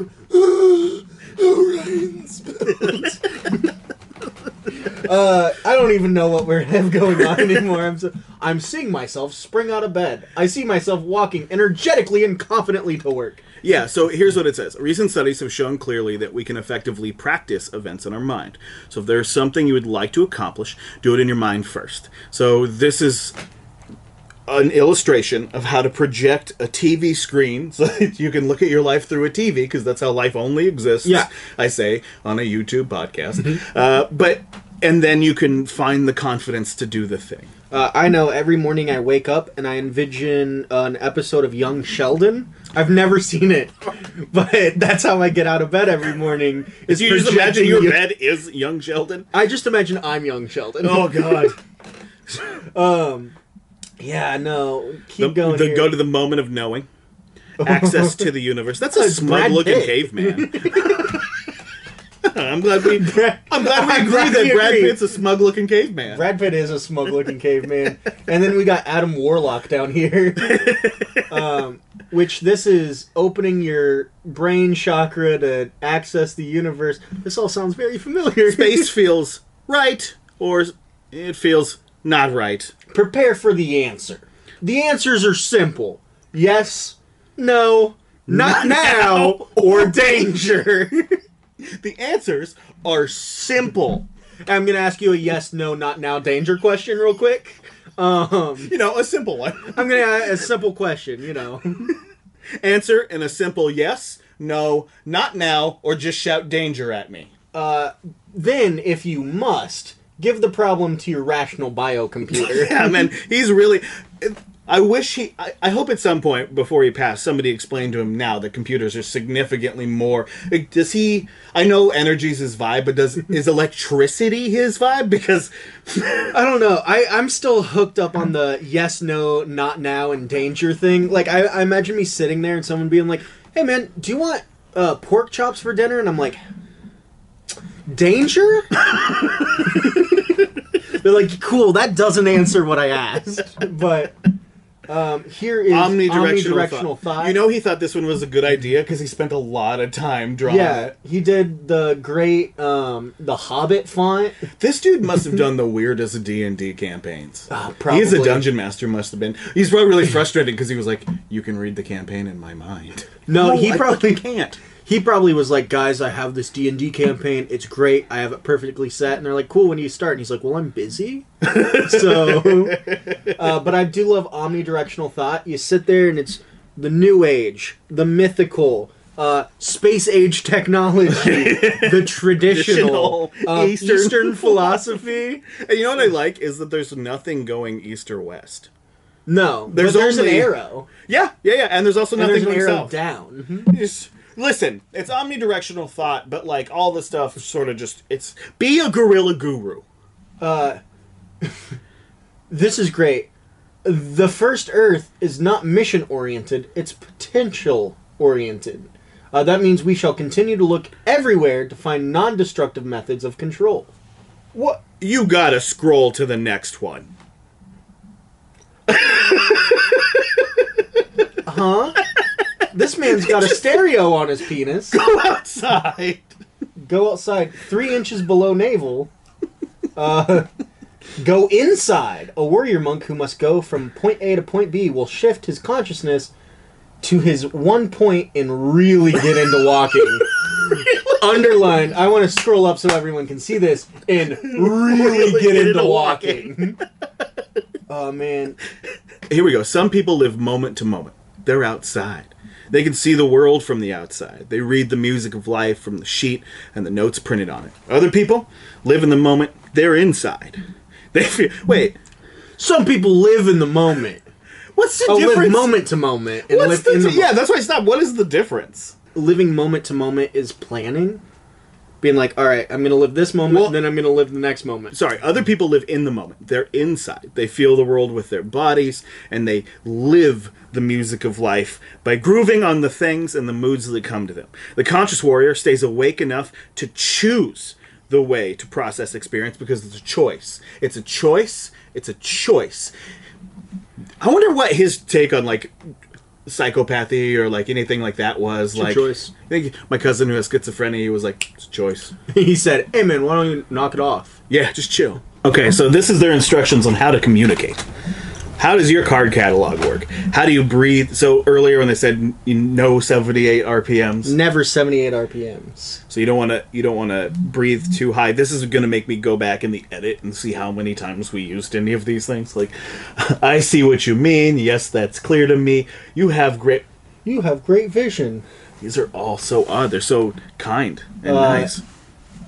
[SPEAKER 3] uh, I don't even know what we have going on anymore. I'm, so, I'm seeing myself spring out of bed. I see myself walking energetically and confidently to work.
[SPEAKER 1] Yeah, so here's what it says. Recent studies have shown clearly that we can effectively practice events in our mind. So if there's something you would like to accomplish, do it in your mind first. So this is an illustration of how to project a TV screen so that you can look at your life through a TV because that's how life only exists.
[SPEAKER 3] Yeah.
[SPEAKER 1] I say on a YouTube podcast. Uh, but and then you can find the confidence to do the thing.
[SPEAKER 3] Uh, I know every morning I wake up and I envision an episode of Young Sheldon. I've never seen it, but that's how I get out of bed every morning. Is
[SPEAKER 1] Do you just imagine
[SPEAKER 3] projecting
[SPEAKER 1] your
[SPEAKER 3] you-
[SPEAKER 1] bed is young Sheldon?
[SPEAKER 3] I just imagine I'm Young Sheldon. Um,
[SPEAKER 1] Oh God.
[SPEAKER 3] yeah, no,
[SPEAKER 1] the,
[SPEAKER 3] keep going.
[SPEAKER 1] the-
[SPEAKER 3] here.
[SPEAKER 1] go to the moment of knowing. Access to the universe. That's a
[SPEAKER 3] That's Brad
[SPEAKER 1] smug looking
[SPEAKER 3] Pitt.
[SPEAKER 1] caveman. I'm glad we. I'm glad we
[SPEAKER 3] I'm
[SPEAKER 1] agree
[SPEAKER 3] glad
[SPEAKER 1] that
[SPEAKER 3] we
[SPEAKER 1] Brad
[SPEAKER 3] agree.
[SPEAKER 1] Pitt's a smug looking caveman.
[SPEAKER 3] Brad Pitt is a smug looking caveman. And then we got Adam Warlock down here. um, which this is opening your brain chakra to access the universe. This all sounds very familiar.
[SPEAKER 1] Space feels right, or it feels not right.
[SPEAKER 3] Prepare for the answer. The answers are simple. Yes, no, not, now, or danger.
[SPEAKER 1] The answers are simple.
[SPEAKER 3] I'm going to ask you a yes, no, not now, danger question real quick. Um,
[SPEAKER 1] You know, a simple one.
[SPEAKER 3] I'm going to ask a simple question, you know.
[SPEAKER 1] Answer in a simple yes, no, not now, or just shout danger at me.
[SPEAKER 3] Then, if you must, give the problem to your rational bio computer.
[SPEAKER 1] Yeah, man, he's really. I wish he. I, I hope at some point before he passed, somebody explained to him now that computers are significantly more. like, Does he? I know energy's his vibe, but does is electricity his vibe? Because
[SPEAKER 3] I don't know. I, I'm still hooked up on the yes, no, not now, and danger thing. Like, I, I imagine me sitting there and someone being like, hey, man, do you want uh, pork chops for dinner? And I'm like, danger? They're like, cool, that doesn't answer what I asked. But um, here is
[SPEAKER 1] omnidirectional,
[SPEAKER 3] omnidirectional,
[SPEAKER 1] thought.
[SPEAKER 3] thought.
[SPEAKER 1] You know, he thought this one was a good idea because he spent a lot of time drawing
[SPEAKER 3] yeah,
[SPEAKER 1] it.
[SPEAKER 3] he did the great um, The Hobbit font.
[SPEAKER 1] This dude must have done the weirdest D and D campaigns.
[SPEAKER 3] Oh,
[SPEAKER 1] He's a
[SPEAKER 3] probably.
[SPEAKER 1] dungeon master. Must have been. He's probably really frustrated because he was like, "You can read the campaign in my mind."
[SPEAKER 3] No,
[SPEAKER 1] No,
[SPEAKER 3] he
[SPEAKER 1] I
[SPEAKER 3] probably
[SPEAKER 1] fucking can't.
[SPEAKER 3] He probably was like, "Guys, I have this D and D campaign. It's great. I have it perfectly set." And they're like, "Cool, when do you start?" And he's like, "Well, I'm busy." so, uh, but I do love omnidirectional thought. You sit there, and it's the new age, the mythical, uh, space age technology, the traditional,
[SPEAKER 1] Traditional
[SPEAKER 3] uh,
[SPEAKER 1] Eastern
[SPEAKER 3] Eastern, philosophy.
[SPEAKER 1] And you know what I like is that there's nothing going east or west.
[SPEAKER 3] No,
[SPEAKER 1] There's
[SPEAKER 3] but there's
[SPEAKER 1] only-
[SPEAKER 3] an arrow,
[SPEAKER 1] Yeah, yeah, yeah. And there's also
[SPEAKER 3] and
[SPEAKER 1] nothing
[SPEAKER 3] there's an
[SPEAKER 1] going
[SPEAKER 3] arrow
[SPEAKER 1] south.
[SPEAKER 3] down. Mm-hmm.
[SPEAKER 1] Just- listen, it's omnidirectional thought, but like all the stuff sort of just it's be a gorilla guru.
[SPEAKER 3] This is great. The first Earth is not mission oriented, it's potential oriented. Uh, that means we shall continue to look everywhere to find non destructive methods of control.
[SPEAKER 1] What you gotta scroll to the next one.
[SPEAKER 3] This man's got a stereo on his penis.
[SPEAKER 1] Go outside.
[SPEAKER 3] Go outside three inches below navel. Uh, go inside. A warrior monk who must go from point A to point B will shift his consciousness to his one point and really get into walking. Underline. I want to scroll up so everyone can see this and really get, into, walking. oh man,
[SPEAKER 1] Here we go. Some people live moment to moment. They're outside. They can see the world from the outside. They read the music of life from the sheet and the notes printed on it. Other people live in the moment. They're inside. They feel, wait.
[SPEAKER 3] some people live in the moment.
[SPEAKER 1] What's the
[SPEAKER 3] Oh, live
[SPEAKER 1] difference?
[SPEAKER 3] moment to moment and
[SPEAKER 1] What's
[SPEAKER 3] live in
[SPEAKER 1] the,
[SPEAKER 3] the
[SPEAKER 1] yeah, that's why I stopped. What is the difference?
[SPEAKER 3] living moment to moment is planning being like all right i'm gonna live this moment
[SPEAKER 1] Well-
[SPEAKER 3] and then i'm gonna live the next moment
[SPEAKER 1] Sorry, other people live in the moment. They're inside. They feel the world with their bodies and they live the music of life by grooving on the things and the moods that come to them. The conscious warrior stays awake enough to choose the way to process experience because it's a choice. It's a choice. It's a choice. I wonder what his take on like psychopathy or like anything like that was
[SPEAKER 3] your
[SPEAKER 1] like
[SPEAKER 3] choice.
[SPEAKER 1] I think my cousin who has schizophrenia he was like it's a choice.
[SPEAKER 3] he said hey man why don't you knock it off
[SPEAKER 1] Yeah, just chill. Okay, so this is their instructions on how to communicate. How does your card catalog work? How do you breathe? So earlier when they said n- you no 78 RPMs,
[SPEAKER 3] never 78 rpms
[SPEAKER 1] so you don't want to you don't want to breathe too high. This is going to make me go back in the edit and see how many times we used any of these things. Like, I see what you mean. Yes, that's clear to me. You have great.
[SPEAKER 3] you have great vision
[SPEAKER 1] These are all so odd. They're so kind and nice.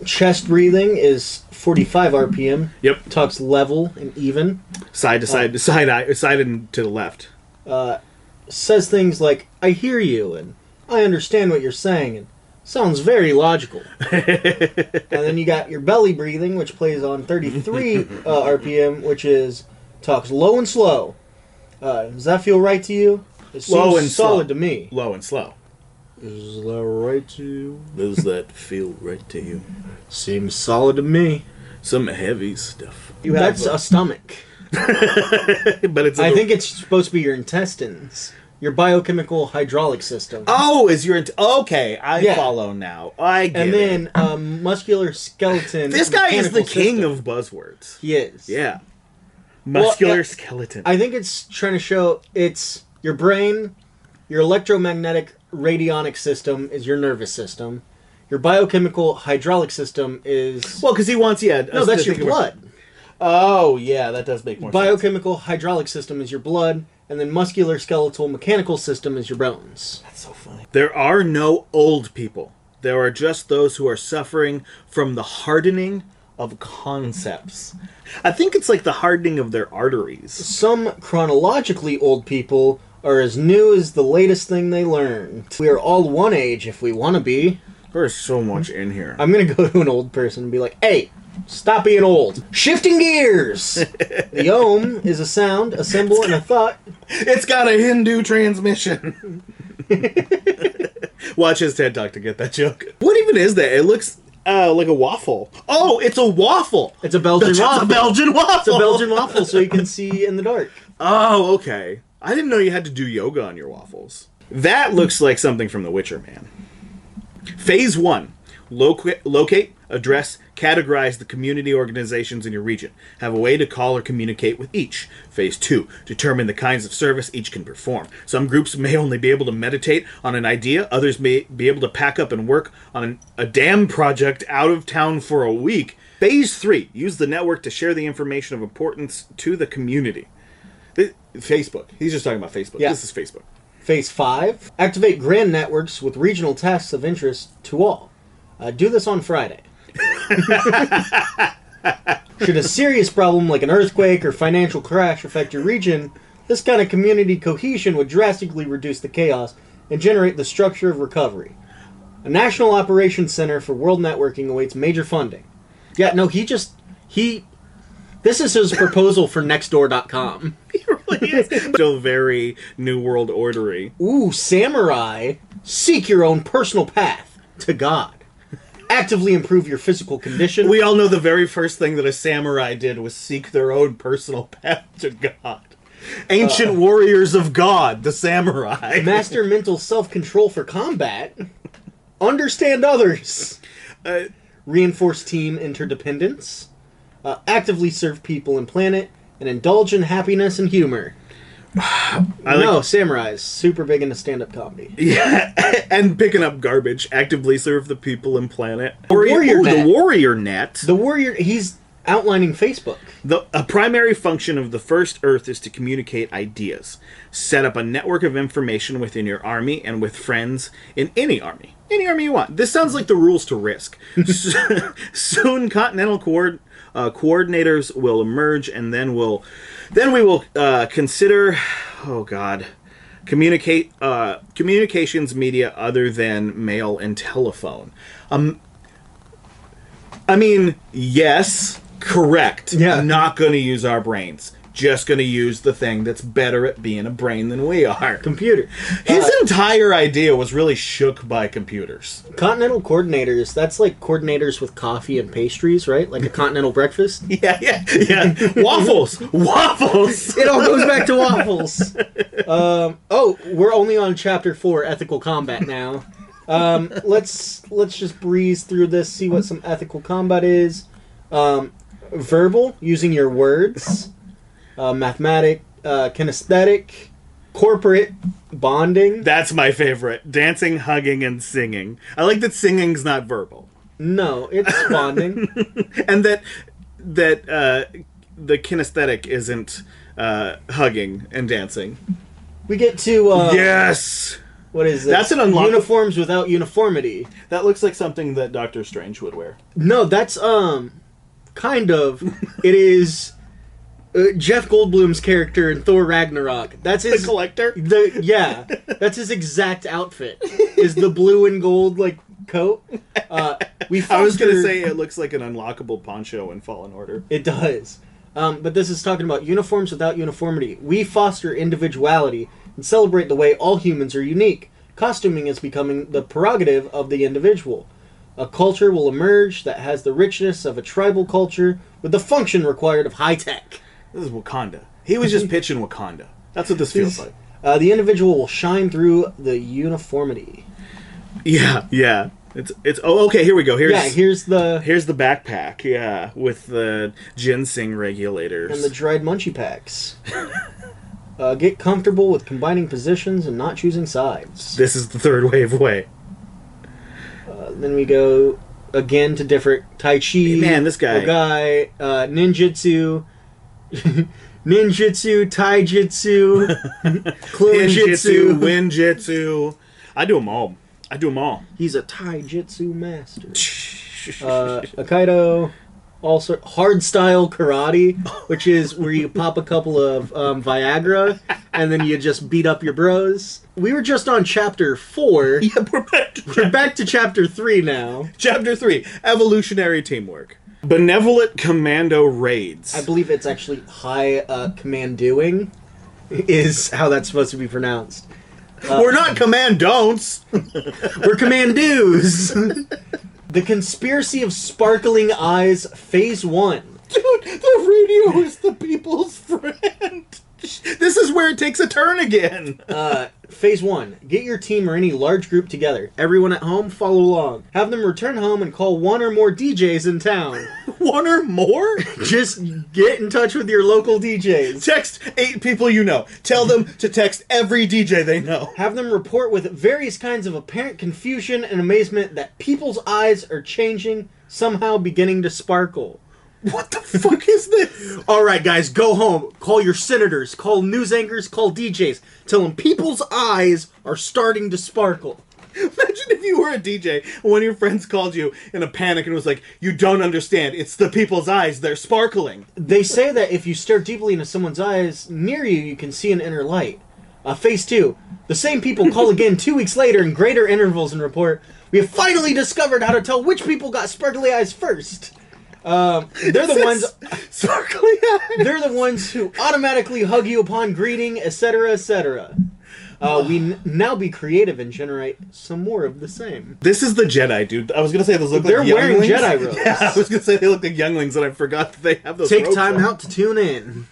[SPEAKER 3] chest breathing is 45 rpm
[SPEAKER 1] Yep.
[SPEAKER 3] talks level and even
[SPEAKER 1] Side to side, side eye, side and to the left.
[SPEAKER 3] says things like i hear you and i understand what you're saying and sounds very logical and then you got your belly breathing which plays on 33 uh, rpm which is talks low and slow uh, does that feel right to you it seems
[SPEAKER 1] Low and slow.
[SPEAKER 3] solid to me
[SPEAKER 1] Low and slow.
[SPEAKER 3] is that right to you
[SPEAKER 1] Does that feel right to you?
[SPEAKER 3] seems solid to me
[SPEAKER 1] Some heavy stuff.
[SPEAKER 3] that's a, stomach
[SPEAKER 1] but it's.
[SPEAKER 3] i think it's supposed to be your intestines your biochemical hydraulic system
[SPEAKER 1] Oh, is your int- okay? I
[SPEAKER 3] Yeah.
[SPEAKER 1] follow now. I get
[SPEAKER 3] and
[SPEAKER 1] it.
[SPEAKER 3] then um, muscular skeleton
[SPEAKER 1] This guy is the
[SPEAKER 3] mechanical
[SPEAKER 1] king
[SPEAKER 3] system.
[SPEAKER 1] of buzzwords.
[SPEAKER 3] he is
[SPEAKER 1] Yeah. Muscular
[SPEAKER 3] yeah.
[SPEAKER 1] skeleton.
[SPEAKER 3] I think it's trying to show it's your brain, your electromagnetic radionic system is your nervous system, your biochemical hydraulic system is
[SPEAKER 1] well, because he wants yeah.
[SPEAKER 3] no,
[SPEAKER 1] us
[SPEAKER 3] that's
[SPEAKER 1] to
[SPEAKER 3] your
[SPEAKER 1] think about-
[SPEAKER 3] blood.
[SPEAKER 1] Oh yeah, that does make more sense.
[SPEAKER 3] Biochemical hydraulic system is your blood, and then muscular skeletal mechanical system is your bones.
[SPEAKER 1] There are no old people. There are just those who are suffering from the hardening of concepts. I think it's like the hardening of their arteries.
[SPEAKER 3] Some chronologically old people are as new as the latest thing they learned. We are all one age if we want to be.
[SPEAKER 1] There's so much in here.
[SPEAKER 3] I'm gonna go to an old person and be like, hey, stop being old. Shifting gears! the ohm is a sound, a symbol, and a thought.
[SPEAKER 1] It's got a Hindu transmission. Watch his TED talk to get that joke. What even is that? It looks uh, like a waffle. Oh, it's a waffle.
[SPEAKER 3] It's a Belgian
[SPEAKER 1] It's
[SPEAKER 3] waffle.
[SPEAKER 1] a Belgian waffle.
[SPEAKER 3] It's a Belgian waffle, so you can see in the dark.
[SPEAKER 1] Oh, okay. I didn't know you had to do yoga on your waffles. That looks like something from The Witcher, man. Phase one loca- locate, address, categorize the community organizations in your region. Have a way to call or communicate with each. Phase two determine the kinds of service each can perform. Some groups may only be able to meditate on an idea, others may be able to pack up and work on an, a dam project out of town for a week. Phase three use the network to share the information of importance to the community. Th- Facebook. He's just talking about Facebook.
[SPEAKER 3] Yeah.
[SPEAKER 1] This is Facebook.
[SPEAKER 3] Phase 5 Activate grand networks with regional tasks of interest to all. Uh, do this on Friday. Should a serious problem like an earthquake or financial crash affect your region, this kind of community cohesion would drastically reduce the chaos and generate the structure of recovery. A national operations center for world networking awaits major funding. Yeah, no, he just. He. This is his proposal for nextdoor.com.
[SPEAKER 1] Still very New World Ordery.
[SPEAKER 3] Ooh, samurai, seek your own personal path to God. Actively improve your physical condition.
[SPEAKER 1] We all know the very first thing that a samurai did was seek their own personal path to God.
[SPEAKER 3] Uh.
[SPEAKER 1] Ancient warriors of God, the samurai.
[SPEAKER 3] master mental self control for combat. Understand others.
[SPEAKER 1] Uh,
[SPEAKER 3] Reinforce team interdependence. Uh, actively serve people and planet. And indulge in happiness and humor.
[SPEAKER 1] I like-
[SPEAKER 3] no, samurai's super big into stand up comedy.
[SPEAKER 1] yeah, and picking up garbage, actively serve the people and planet.
[SPEAKER 3] warrior
[SPEAKER 1] ooh,
[SPEAKER 3] net.
[SPEAKER 1] the warrior net.
[SPEAKER 3] The warrior, he's outlining Facebook.
[SPEAKER 1] The, a primary function of the First Earth is to communicate ideas. Set up a network of information within your army and with friends in any army. Any army you want. This sounds like the rules to risk. So- Soon, continental coord, uh, coordinators will emerge, and then we'll, then we will uh, consider. Oh God, communicate uh, communications media other than mail and telephone. Um, I mean, yes, correct.
[SPEAKER 3] Yeah.
[SPEAKER 1] not going to use our brains. Just going to use the thing that's better at being a brain than we are.
[SPEAKER 3] Computer. Uh,
[SPEAKER 1] His entire idea was really shook by computers.
[SPEAKER 3] Continental coordinators, that's like coordinators with coffee and pastries, right? Like a continental breakfast.
[SPEAKER 1] Yeah, yeah, yeah. waffles, waffles.
[SPEAKER 3] It all goes back to waffles. Um, oh, we're only on chapter four, ethical combat now. Um, let's let's just breeze through this, see what some ethical combat is. Um, verbal, using your words, uh, mathematic, uh, kinesthetic, corporate, bonding.
[SPEAKER 1] That's my favorite. Dancing, hugging, and singing. I like that singing's not verbal.
[SPEAKER 3] No, it's bonding.
[SPEAKER 1] and that that uh, the kinesthetic isn't uh, hugging and dancing.
[SPEAKER 3] We get to uh,
[SPEAKER 1] yes,
[SPEAKER 3] what is this?
[SPEAKER 1] That's an unlock-
[SPEAKER 3] uniforms without uniformity.
[SPEAKER 1] that looks like something that Doctor Strange would wear.
[SPEAKER 3] No, that's um, kind of. It is uh, Jeff Goldblum's character in Thor Ragnarok. That's
[SPEAKER 1] The
[SPEAKER 3] his.
[SPEAKER 1] collector.
[SPEAKER 3] The yeah, that's his exact outfit. Is the blue and gold like coat? Uh, we.
[SPEAKER 1] I was gonna
[SPEAKER 3] fostered-
[SPEAKER 1] say it looks like an unlockable poncho in Fallen Order.
[SPEAKER 3] it does. Um, but this is talking about uniforms without uniformity. We foster individuality and celebrate the way all humans are unique. Costuming is becoming the prerogative of the individual. A culture will emerge that has the richness of a tribal culture with the function required of high tech.
[SPEAKER 1] This is Wakanda. He was just pitching Wakanda. That's what this feels like.
[SPEAKER 3] Uh, the individual will shine through the uniformity.
[SPEAKER 1] Yeah, yeah. It's it's. Oh, okay. Here we go. Here's
[SPEAKER 3] Yeah, here's the
[SPEAKER 1] here's the backpack. Yeah, with the ginseng regulators.
[SPEAKER 3] and the dried munchie packs. Uh, get comfortable with combining positions and not choosing sides.
[SPEAKER 1] this is the third wave way.
[SPEAKER 3] Then we go again to different Tai Chi.
[SPEAKER 1] Man, this guy.
[SPEAKER 3] Ogai, uh, ninjutsu. ninjutsu, Tai Jitsu. Clone
[SPEAKER 1] Ninjutsu,
[SPEAKER 3] Jitsu.
[SPEAKER 1] Winjutsu. I do them all. I do them all.
[SPEAKER 3] He's a Tai Jitsu master. Uh, Aikido. all sort hard style karate, which is where you pop a couple of um, Viagra and then you just beat up your bros. We were just on chapter four.
[SPEAKER 1] Yep, we're back to
[SPEAKER 3] We're back to chapter three now.
[SPEAKER 1] chapter three: evolutionary teamwork. Benevolent commando raids.
[SPEAKER 3] I believe it's actually high uh, command doing, is how that's supposed to be pronounced. uh,
[SPEAKER 1] We're not commandon'ts.
[SPEAKER 3] We're commandos. the conspiracy of sparkling eyes, phase one.
[SPEAKER 1] Dude, the radio is the people's friend. This is where it takes a turn again.
[SPEAKER 3] Uh, phase one: Get your team or any large group together. Everyone at home, follow along. Have them return home and call one or more DJs in town.
[SPEAKER 1] One or more?
[SPEAKER 3] Just get in touch with your local DJs.
[SPEAKER 1] Text eight people you know. Tell them to text every DJ they know.
[SPEAKER 3] Have them report with various kinds of apparent confusion and amazement that people's eyes are changing, somehow beginning to sparkle.
[SPEAKER 1] What the fuck is this?
[SPEAKER 3] All right, guys, go home. Call your senators, call news anchors, call DJs. Tell them people's eyes are starting to sparkle.
[SPEAKER 1] Imagine if you were a DJ and one of your friends called you in a panic and was like, You don't understand. It's the people's eyes. They're sparkling.
[SPEAKER 3] They say that if you stare deeply into someone's eyes near you, you can see an inner light. Uh, phase two. The same people call again two weeks later in greater intervals and report, We have finally discovered how to tell which people got sparkly eyes first. Um, they're the ones.
[SPEAKER 1] Sparkling eyes.
[SPEAKER 3] They're the ones who automatically hug you upon greeting, etc., etc. Uh, we n- now be creative and generate some more of the same.
[SPEAKER 1] This is the Jedi, dude. I was going to say those look
[SPEAKER 3] They're
[SPEAKER 1] like
[SPEAKER 3] wearing
[SPEAKER 1] younglings.
[SPEAKER 3] Jedi robes.
[SPEAKER 1] Yeah, I was going to say they look like younglings and I forgot that they have those
[SPEAKER 3] Take
[SPEAKER 1] robes
[SPEAKER 3] time
[SPEAKER 1] on.
[SPEAKER 3] out to tune in.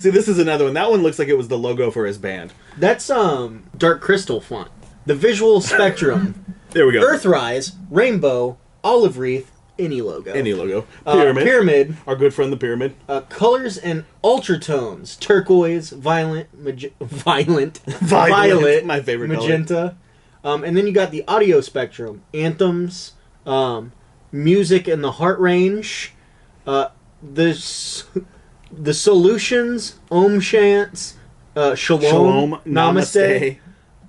[SPEAKER 1] See, this is another one. That one looks like it was the logo for his band.
[SPEAKER 3] That's um dark crystal font. The visual spectrum:
[SPEAKER 1] There we go.
[SPEAKER 3] Earthrise, rainbow, olive wreath, any logo,
[SPEAKER 1] Any logo.
[SPEAKER 3] Uh,
[SPEAKER 1] Pyramid.
[SPEAKER 3] pyramid,
[SPEAKER 1] Our good friend the pyramid.
[SPEAKER 3] uh, colors and ultratones: turquoise, violet, mag- violent, violet,
[SPEAKER 1] My favorite color.
[SPEAKER 3] magenta. Um, and then you got the audio spectrum: anthems, um, music in the heart range, uh, the s- the solutions, om chants, uh, shalom,
[SPEAKER 1] Shalom.
[SPEAKER 3] namaste,
[SPEAKER 1] Namaste.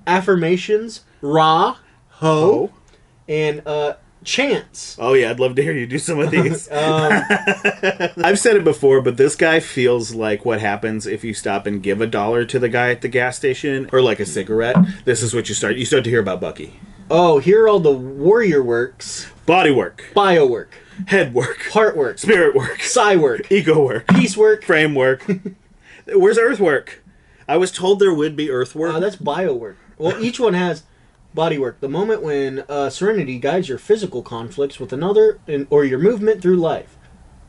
[SPEAKER 3] affirmations, ra, ho,
[SPEAKER 1] Oh.
[SPEAKER 3] and uh, chants.
[SPEAKER 1] Oh yeah, I'd love to hear you do some of these.
[SPEAKER 3] Um,
[SPEAKER 1] I've said it before, but this guy feels like what happens if you stop and give a dollar to the guy at the gas station or like a cigarette. This is what you start. You start to hear about Bucky.
[SPEAKER 3] oh, here are all the warrior works:
[SPEAKER 1] Body work,
[SPEAKER 3] bio work,
[SPEAKER 1] head work,
[SPEAKER 3] heart work,
[SPEAKER 1] spirit work,
[SPEAKER 3] psi work,
[SPEAKER 1] ego work,
[SPEAKER 3] peace work.
[SPEAKER 1] frame work. Where's earth work? I was told there would be earth work.
[SPEAKER 3] Uh, that's bio work. Well, each one has body work. The moment when uh, serenity guides your physical conflicts with another and, or your movement through life.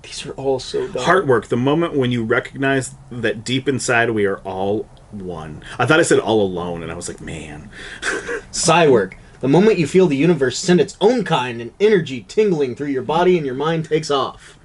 [SPEAKER 3] These are all so dumb.
[SPEAKER 1] Heart work, the moment when you recognize that deep inside we are all one. I thought I said all alone, and I was like, man.
[SPEAKER 3] Psi work. The moment you feel the universe send its own kind and energy tingling through your body and your mind takes off.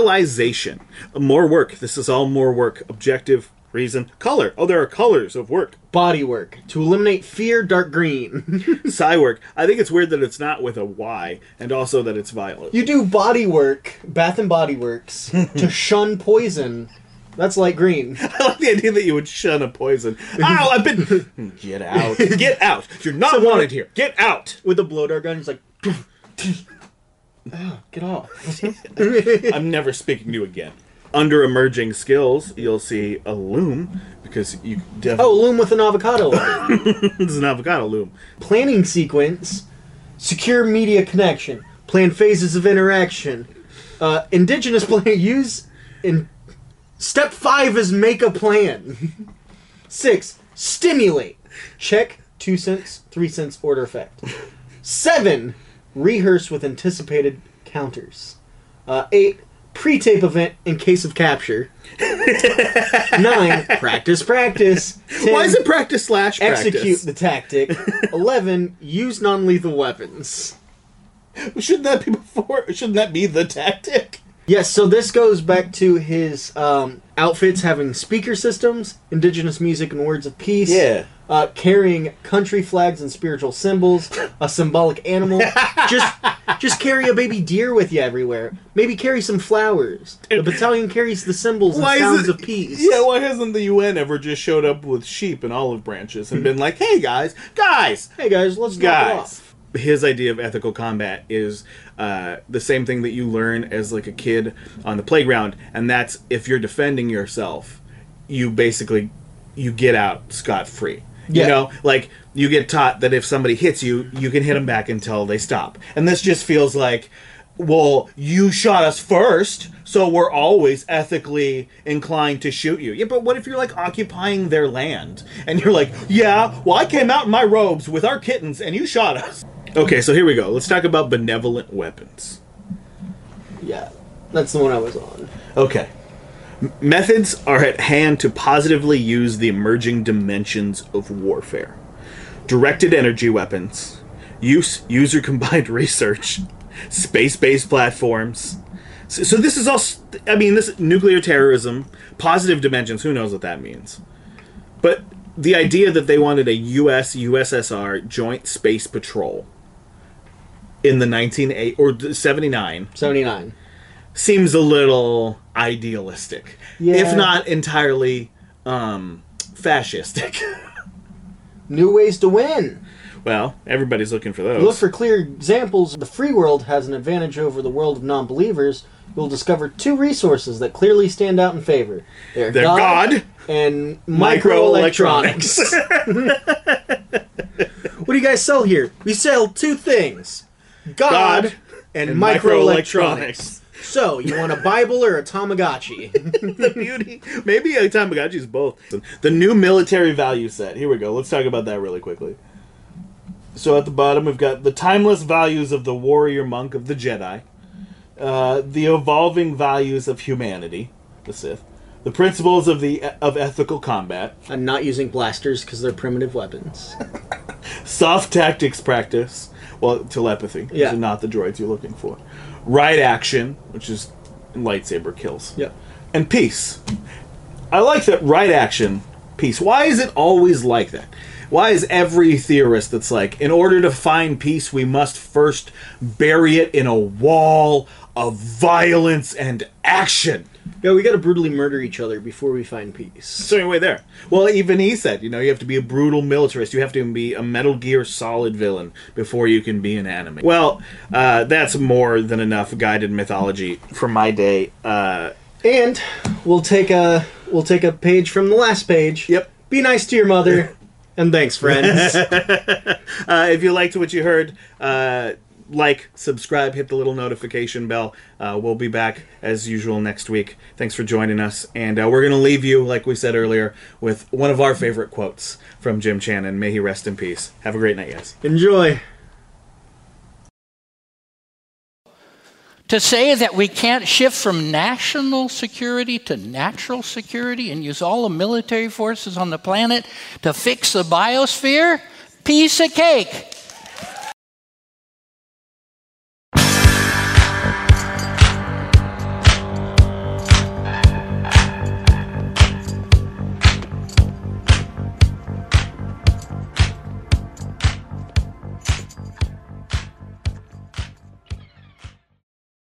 [SPEAKER 1] Realization. More work. This is all more work. Objective, reason, color. Oh, there are colors of work.
[SPEAKER 3] Body work. To eliminate fear, dark green.
[SPEAKER 1] Psy work. I think it's weird that it's not with a Y, and also that it's violet.
[SPEAKER 3] you do body work, bath and body works, to shun poison. That's light green.
[SPEAKER 1] I like the idea that you would shun a poison. Ow, I've been. Get out. Get out. You're not wanted here. Get out.
[SPEAKER 3] With a blow dart gun, it's like. Ah, Get off.
[SPEAKER 1] I'm never speaking to you again. Under emerging skills, you'll see a loom, because you definitely.
[SPEAKER 3] Oh, loom with an avocado. on it.
[SPEAKER 1] This is an avocado loom.
[SPEAKER 3] planning sequence, secure media connection, plan phases of interaction, uh, indigenous plan use, and step five is make a plan. Six, stimulate, check two cents, three cents order effect. Seven, rehearse with anticipated counters. Uh, eight, pre-tape event in case of capture. Nine, practice, practice. Ten,
[SPEAKER 1] Why is it practice slash practice?
[SPEAKER 3] execute the tactic. Eleven, use non-lethal weapons.
[SPEAKER 1] Shouldn't that be before? Shouldn't that be the tactic?
[SPEAKER 3] Yes, so this goes back to his um, outfits having speaker systems, indigenous music and words of peace.
[SPEAKER 1] Yeah.
[SPEAKER 3] Uh, carrying country flags and spiritual symbols, a symbolic animal. just, just carry a baby deer with you everywhere. Maybe carry some flowers. The battalion carries the symbols and
[SPEAKER 1] Why is
[SPEAKER 3] sounds
[SPEAKER 1] it-
[SPEAKER 3] of peace.
[SPEAKER 1] Yeah, why hasn't the UN ever just showed up with sheep and olive branches and been like, "Hey guys, guys,
[SPEAKER 3] Hey guys, let's knock it
[SPEAKER 1] guys,
[SPEAKER 3] off.
[SPEAKER 1] his idea of ethical combat is uh, the same thing that you learn as like a kid on the playground, and that's if you're defending yourself, you basically you get out scot free.
[SPEAKER 3] Yeah.
[SPEAKER 1] You know, like you get taught that if somebody hits you, you can hit them back until they stop. And this just feels like, well, you shot us first, so we're always ethically inclined to shoot you. Yeah, but what if you're like occupying their land and you're like, yeah, well, I came out in my robes with our kittens and you shot us. Okay, so here we go. Let's talk about benevolent weapons.
[SPEAKER 3] Yeah, that's the one I was on.
[SPEAKER 1] Okay. M- Methods are at hand to positively use the emerging dimensions of warfare. Directed energy weapons, use user combined research, space based platforms. So, so this is all, s- I mean, this nuclear terrorism, positive dimensions, who knows what that means. But the idea that they wanted a US USSR joint space patrol in the 1980 or d- 79
[SPEAKER 3] Seventy nine.
[SPEAKER 1] seems a little idealistic,
[SPEAKER 3] Yeah.
[SPEAKER 1] if not entirely um, fascistic.
[SPEAKER 3] New ways to win.
[SPEAKER 1] well, everybody's looking for
[SPEAKER 3] Look
[SPEAKER 1] those.
[SPEAKER 3] for clear examples. The free world has an advantage over the world of non believers. You'll discover two resources that clearly stand out in favor. They're,
[SPEAKER 1] They're God.
[SPEAKER 3] and microelectronics. what do you guys sell here? We sell two things God,
[SPEAKER 1] God
[SPEAKER 3] and, microelectronics.
[SPEAKER 1] Microelectronics.
[SPEAKER 3] So, you want a Bible or a Tamagotchi?
[SPEAKER 1] the beauty. Maybe a Tamagotchi's both. The new military value set. Here we go. Let's talk about that really quickly. So at the bottom, we've got the timeless values of the warrior monk of the Jedi, uh, the evolving values of humanity, the Sith, the principles of the of ethical combat,
[SPEAKER 3] I'm not using blasters because they're primitive weapons.
[SPEAKER 1] soft tactics practice. Well, telepathy. These
[SPEAKER 3] Yeah.
[SPEAKER 1] are not the droids you're looking for. Right action, which is lightsaber kills.
[SPEAKER 3] Yep.
[SPEAKER 1] And peace. I like that right action, peace. Why is it always like that? Why is every theorist that's like, in order to find peace, we must first bury it in a wall of violence and action?
[SPEAKER 3] Yeah, we gotta brutally murder each other before we find peace.
[SPEAKER 1] So anyway, there. Well, even he said, you know, you have to be a brutal militarist. You have to be a Metal Gear Solid villain before you can be an anime. Well, uh, that's more than enough guided mythology for my day. Uh,
[SPEAKER 3] And we'll take a we'll take a page from the last page.
[SPEAKER 1] Yep.
[SPEAKER 3] Be nice to your mother. And thanks, friends.
[SPEAKER 1] uh, if you liked what you heard, uh, like, subscribe, hit the little notification bell. Uh, we'll be back as usual next week. Thanks for joining us, and uh, we're gonna leave you, like we said earlier, with one of our favorite quotes from Jim Channon. May he rest in peace. Have a great night, guys.
[SPEAKER 3] Enjoy.
[SPEAKER 6] To say that we can't shift from national security to natural security and use all the military forces on the planet to fix the biosphere, piece of cake.